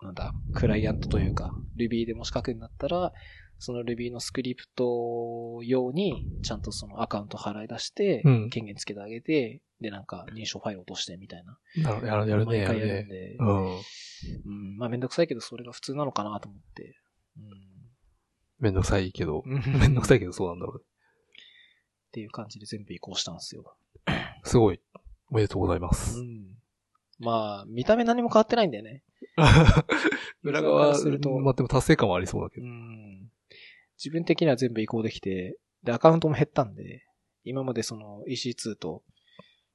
[SPEAKER 1] なんだ、クライアントというか、Ruby でもし書くんだったら、その Ruby のスクリプト用に、ちゃんとそのアカウント払い出して
[SPEAKER 2] う、ん
[SPEAKER 1] 権限つけてあげて、で、なんか認証ファイル落としてみたいな。
[SPEAKER 2] なるやるやるね、
[SPEAKER 1] 毎
[SPEAKER 2] や
[SPEAKER 1] 回
[SPEAKER 2] る
[SPEAKER 1] やるん
[SPEAKER 2] ね。
[SPEAKER 1] で、
[SPEAKER 2] うん。
[SPEAKER 1] うん、まあめんどくさいけど、それが普通なのかなと思って。
[SPEAKER 2] めんどくさいけど。
[SPEAKER 1] うん。
[SPEAKER 2] め んどく
[SPEAKER 1] い。
[SPEAKER 2] さいけどそうなんだろうね。
[SPEAKER 1] っていう感じで全部移行したんですよ。
[SPEAKER 2] すごい。おめでとうございま
[SPEAKER 1] う
[SPEAKER 2] す。
[SPEAKER 1] ん。まあ、見た目何も変わってないんだよね。
[SPEAKER 2] 裏側、
[SPEAKER 1] すると
[SPEAKER 2] まあ、でも達成感はありそうだけ
[SPEAKER 1] う
[SPEAKER 2] ど。
[SPEAKER 1] ん。自分的には全部移行できて、で、アカウントも減ったんで、今までその EC2 と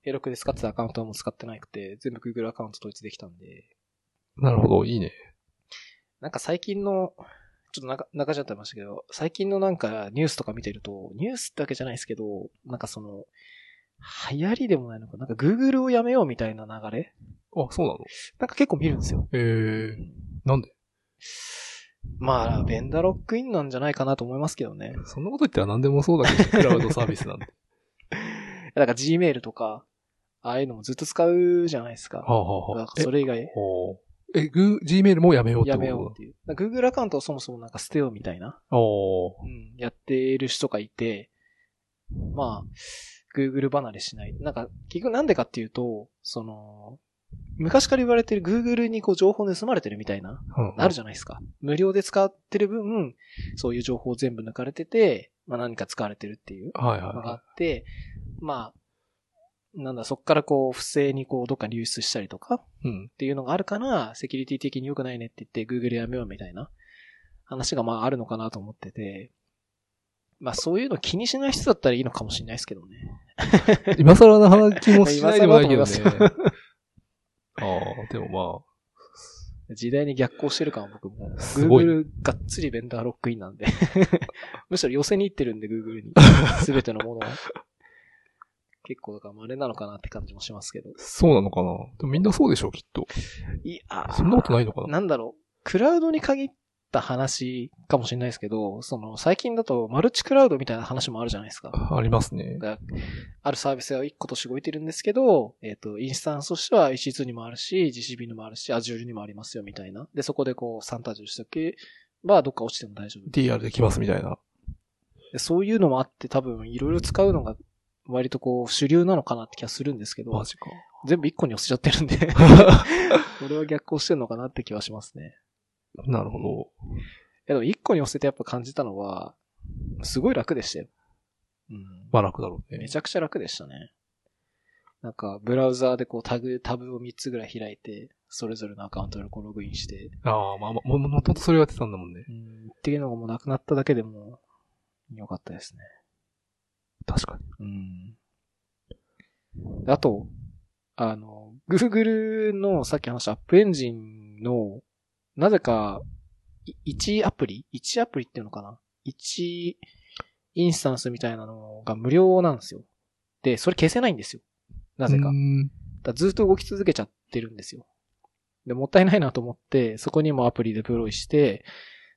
[SPEAKER 1] A6 で使ってたアカウントはもう使ってなくて、全部 Google アカウント統一できたんで、
[SPEAKER 2] なるほど、いいね。
[SPEAKER 1] なんか最近の、ちょっと中、中じゃってましたけど、最近のなんかニュースとか見てると、ニュースってわけじゃないですけど、なんかその、流行りでもないのか、なんか Google をやめようみたいな流れ
[SPEAKER 2] あ、そうなの
[SPEAKER 1] なんか結構見るんですよ。
[SPEAKER 2] ええなんで
[SPEAKER 1] まあ、ベンダーロックインなんじゃないかなと思いますけどね。
[SPEAKER 2] そんなこと言ったら何でもそうだ けど、クラウドサービスなんで。
[SPEAKER 1] だから Gmail とか、ああいうのもずっと使うじゃないですか。
[SPEAKER 2] はあ、はあ
[SPEAKER 1] だ
[SPEAKER 2] はあ
[SPEAKER 1] からそれ以外、
[SPEAKER 2] えおーえ、グー、Gmail もやめようって
[SPEAKER 1] や
[SPEAKER 2] こと
[SPEAKER 1] めようっていう。だから Google アカウントをそもそもなんか捨てようみたいな、
[SPEAKER 2] おー
[SPEAKER 1] うん、やってる人がいて、まあ、Google 離れしない。なんか、結局なんでかっていうと、その、昔から言われてる Google にこう情報盗まれてるみたいな、
[SPEAKER 2] うん
[SPEAKER 1] あるじゃないですか。無料で使ってる分、そういう情報全部抜かれてて、まあ何か使われてるっていう。
[SPEAKER 2] はい
[SPEAKER 1] のがあ
[SPEAKER 2] は
[SPEAKER 1] って、まあ、なんだ、そこからこう、不正にこう、どっかに流出したりとかっ
[SPEAKER 2] い。 うん。
[SPEAKER 1] ていうのがあるから、セキュリティ的に良くないねって言って、Google やめようみたいな話がまああるのかなと思ってて、まあそういうの気にしない人だったらいいのかもしれないですけどね。
[SPEAKER 2] 今更の話もしないでもないけどね
[SPEAKER 1] 今 更だと思。
[SPEAKER 2] ああ、でも
[SPEAKER 1] 時代に逆行してる感は僕も。
[SPEAKER 2] すごい
[SPEAKER 1] Google がっつりベンダーロックインなんで。 むしろ寄せに行ってるんで、Google に。すべてのものを。結構、だから稀なのかなって感じもしますけど
[SPEAKER 2] まあ、。そうなのかな。でもみんなそうでしょう、きっと。
[SPEAKER 1] いやー
[SPEAKER 2] そんなことないのかな。
[SPEAKER 1] なんだろう、クラウドに限った話かもしれないですけど、その最近だとマルチクラウドみたいな話もあるじゃないですか。
[SPEAKER 2] ありますね。
[SPEAKER 1] だあるサービスは1個として動いてるんですけど、えっ、と、インスタンスとしては EC2 にもあるし、GCB にもあるし、Azure にもありますよみたいな。で、そこでこう、サンタジュしておけば、どっか落ちても大丈夫
[SPEAKER 2] DR できますみたいな。
[SPEAKER 1] で。そういうのもあって多分、いろいろ使うのが、割とこう、主流なのかなって気がするんですけど
[SPEAKER 2] マ、ジか。
[SPEAKER 1] 全部1個に寄せちゃってる んで、これは逆行してるのかなって気はしますね。
[SPEAKER 2] なるほど。
[SPEAKER 1] いやでも一個に寄せてやっぱ感じたのは、すごい楽でしたよ。うん。
[SPEAKER 2] まあ楽だろうね
[SPEAKER 1] め。ちゃくちゃ楽でしたね。なんか、ブラウザーでこうタグ、タブを3つぐらい開いて、それぞれのアカウントでこうログインして、
[SPEAKER 2] ああ、まあまあ、もももともとそれをやってたんだもんね。
[SPEAKER 1] うん、っていうのがもうなくなっただけでも、良かったですね。
[SPEAKER 2] 確かに。
[SPEAKER 1] うん。あと、あの、Google のさっき話したアップエンジンの、なぜか、い1アプリ ?1 アプリっていうのかな ?1 インスタンスみたいなのが無料なんですよ。で、それ消せないんですよ。な
[SPEAKER 2] な
[SPEAKER 1] ぜか。だからずっと動き続けちゃってるんですよ。で、もったいないなと思って、そこにもアプリでプロイして、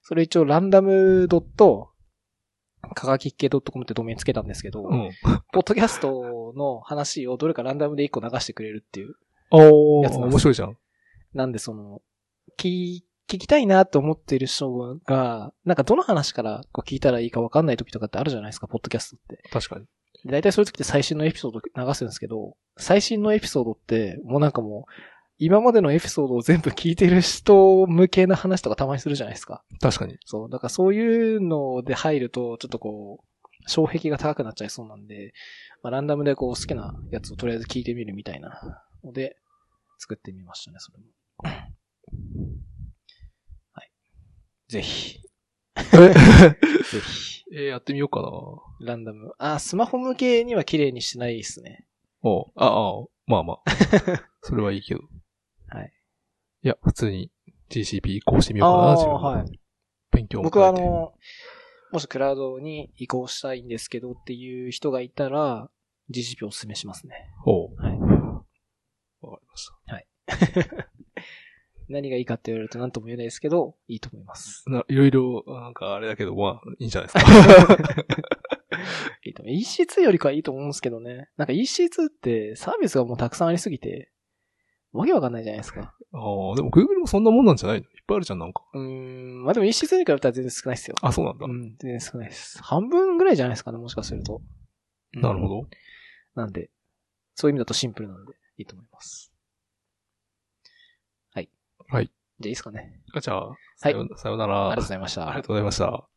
[SPEAKER 1] それ一応ランダムドット、かがきっけ .com ってドメインつけたんですけど、
[SPEAKER 2] うん。
[SPEAKER 1] ポッドキャストの話をどれかランダムで一個流してくれるっていう。
[SPEAKER 2] お
[SPEAKER 1] や
[SPEAKER 2] ー、
[SPEAKER 1] つなんです
[SPEAKER 2] 面白いじゃん。
[SPEAKER 1] なんでその、聞、聞きたいなと思っている人が、なんかどの話からこう聞いたらいいか分かんない時とかってあるじゃないですか、ポッドキャストって。
[SPEAKER 2] 確かに。
[SPEAKER 1] で大体そういう時って最新のエピソード流すんですけど、最新のエピソードって、もうなんかもう、今までのエピソードを全部聞いてる人向けな話とかたまにするじゃないですか。
[SPEAKER 2] 確かに。
[SPEAKER 1] そう。だからそういうので入ると、ちょっとこう、障壁が高くなっちゃいそうなんで、まあ、ランダムでこう好きなやつをとりあえず聞いてみるみたいなので、作ってみましたね、そ れも。はい。ぜひ、ぜひ、
[SPEAKER 2] え ー、やってみようかな。
[SPEAKER 1] ランダム。あ、スマホ向けには綺麗にしてないですね。
[SPEAKER 2] おうあ、あ、まあ まあ。それはいいけど。
[SPEAKER 1] はい。
[SPEAKER 2] いや、普通に GCP 移行してみようかな、
[SPEAKER 1] あ
[SPEAKER 2] 自
[SPEAKER 1] ー
[SPEAKER 2] 分も
[SPEAKER 1] はい。
[SPEAKER 2] 勉強も
[SPEAKER 1] 僕はあ
[SPEAKER 2] 兼ねて
[SPEAKER 1] の、もしクラウドに移行したいんですけどっていう人がいたら、GCP をお勧めしますね。
[SPEAKER 2] おう
[SPEAKER 1] はい
[SPEAKER 2] わかりまし
[SPEAKER 1] 何がいいかって言われると何とも言えないですけど、いいと思います。
[SPEAKER 2] た。ないろいろ、なんかあれだけど、まあ、いいんじゃないで すか。
[SPEAKER 1] いいと思う EC2 よりかはいいと思うんですけどね。なんか EC2 ってサービスがもうたくさんありすぎて、わけわかんないじゃないですか。
[SPEAKER 2] ああ、でも Google もそんなもんなんじゃないのいっぱいあるじゃん、なんか。
[SPEAKER 1] うーん、まあでも EC2 に比べたら全然少ないですよ。
[SPEAKER 2] あ、そうなんだ
[SPEAKER 1] う。ん、全然少ないです。半分ぐらいじゃないですかね、もしかすると。うん
[SPEAKER 2] なるほ。ど。
[SPEAKER 1] なんで、そういう意味だとシンプルなんで、いいと思います。はい。
[SPEAKER 2] はい。
[SPEAKER 1] じゃあいいですかね。
[SPEAKER 2] あじゃあ、さよ,、さよなら。
[SPEAKER 1] ありがとうご
[SPEAKER 2] あ
[SPEAKER 1] ざいました。
[SPEAKER 2] りがとうございました。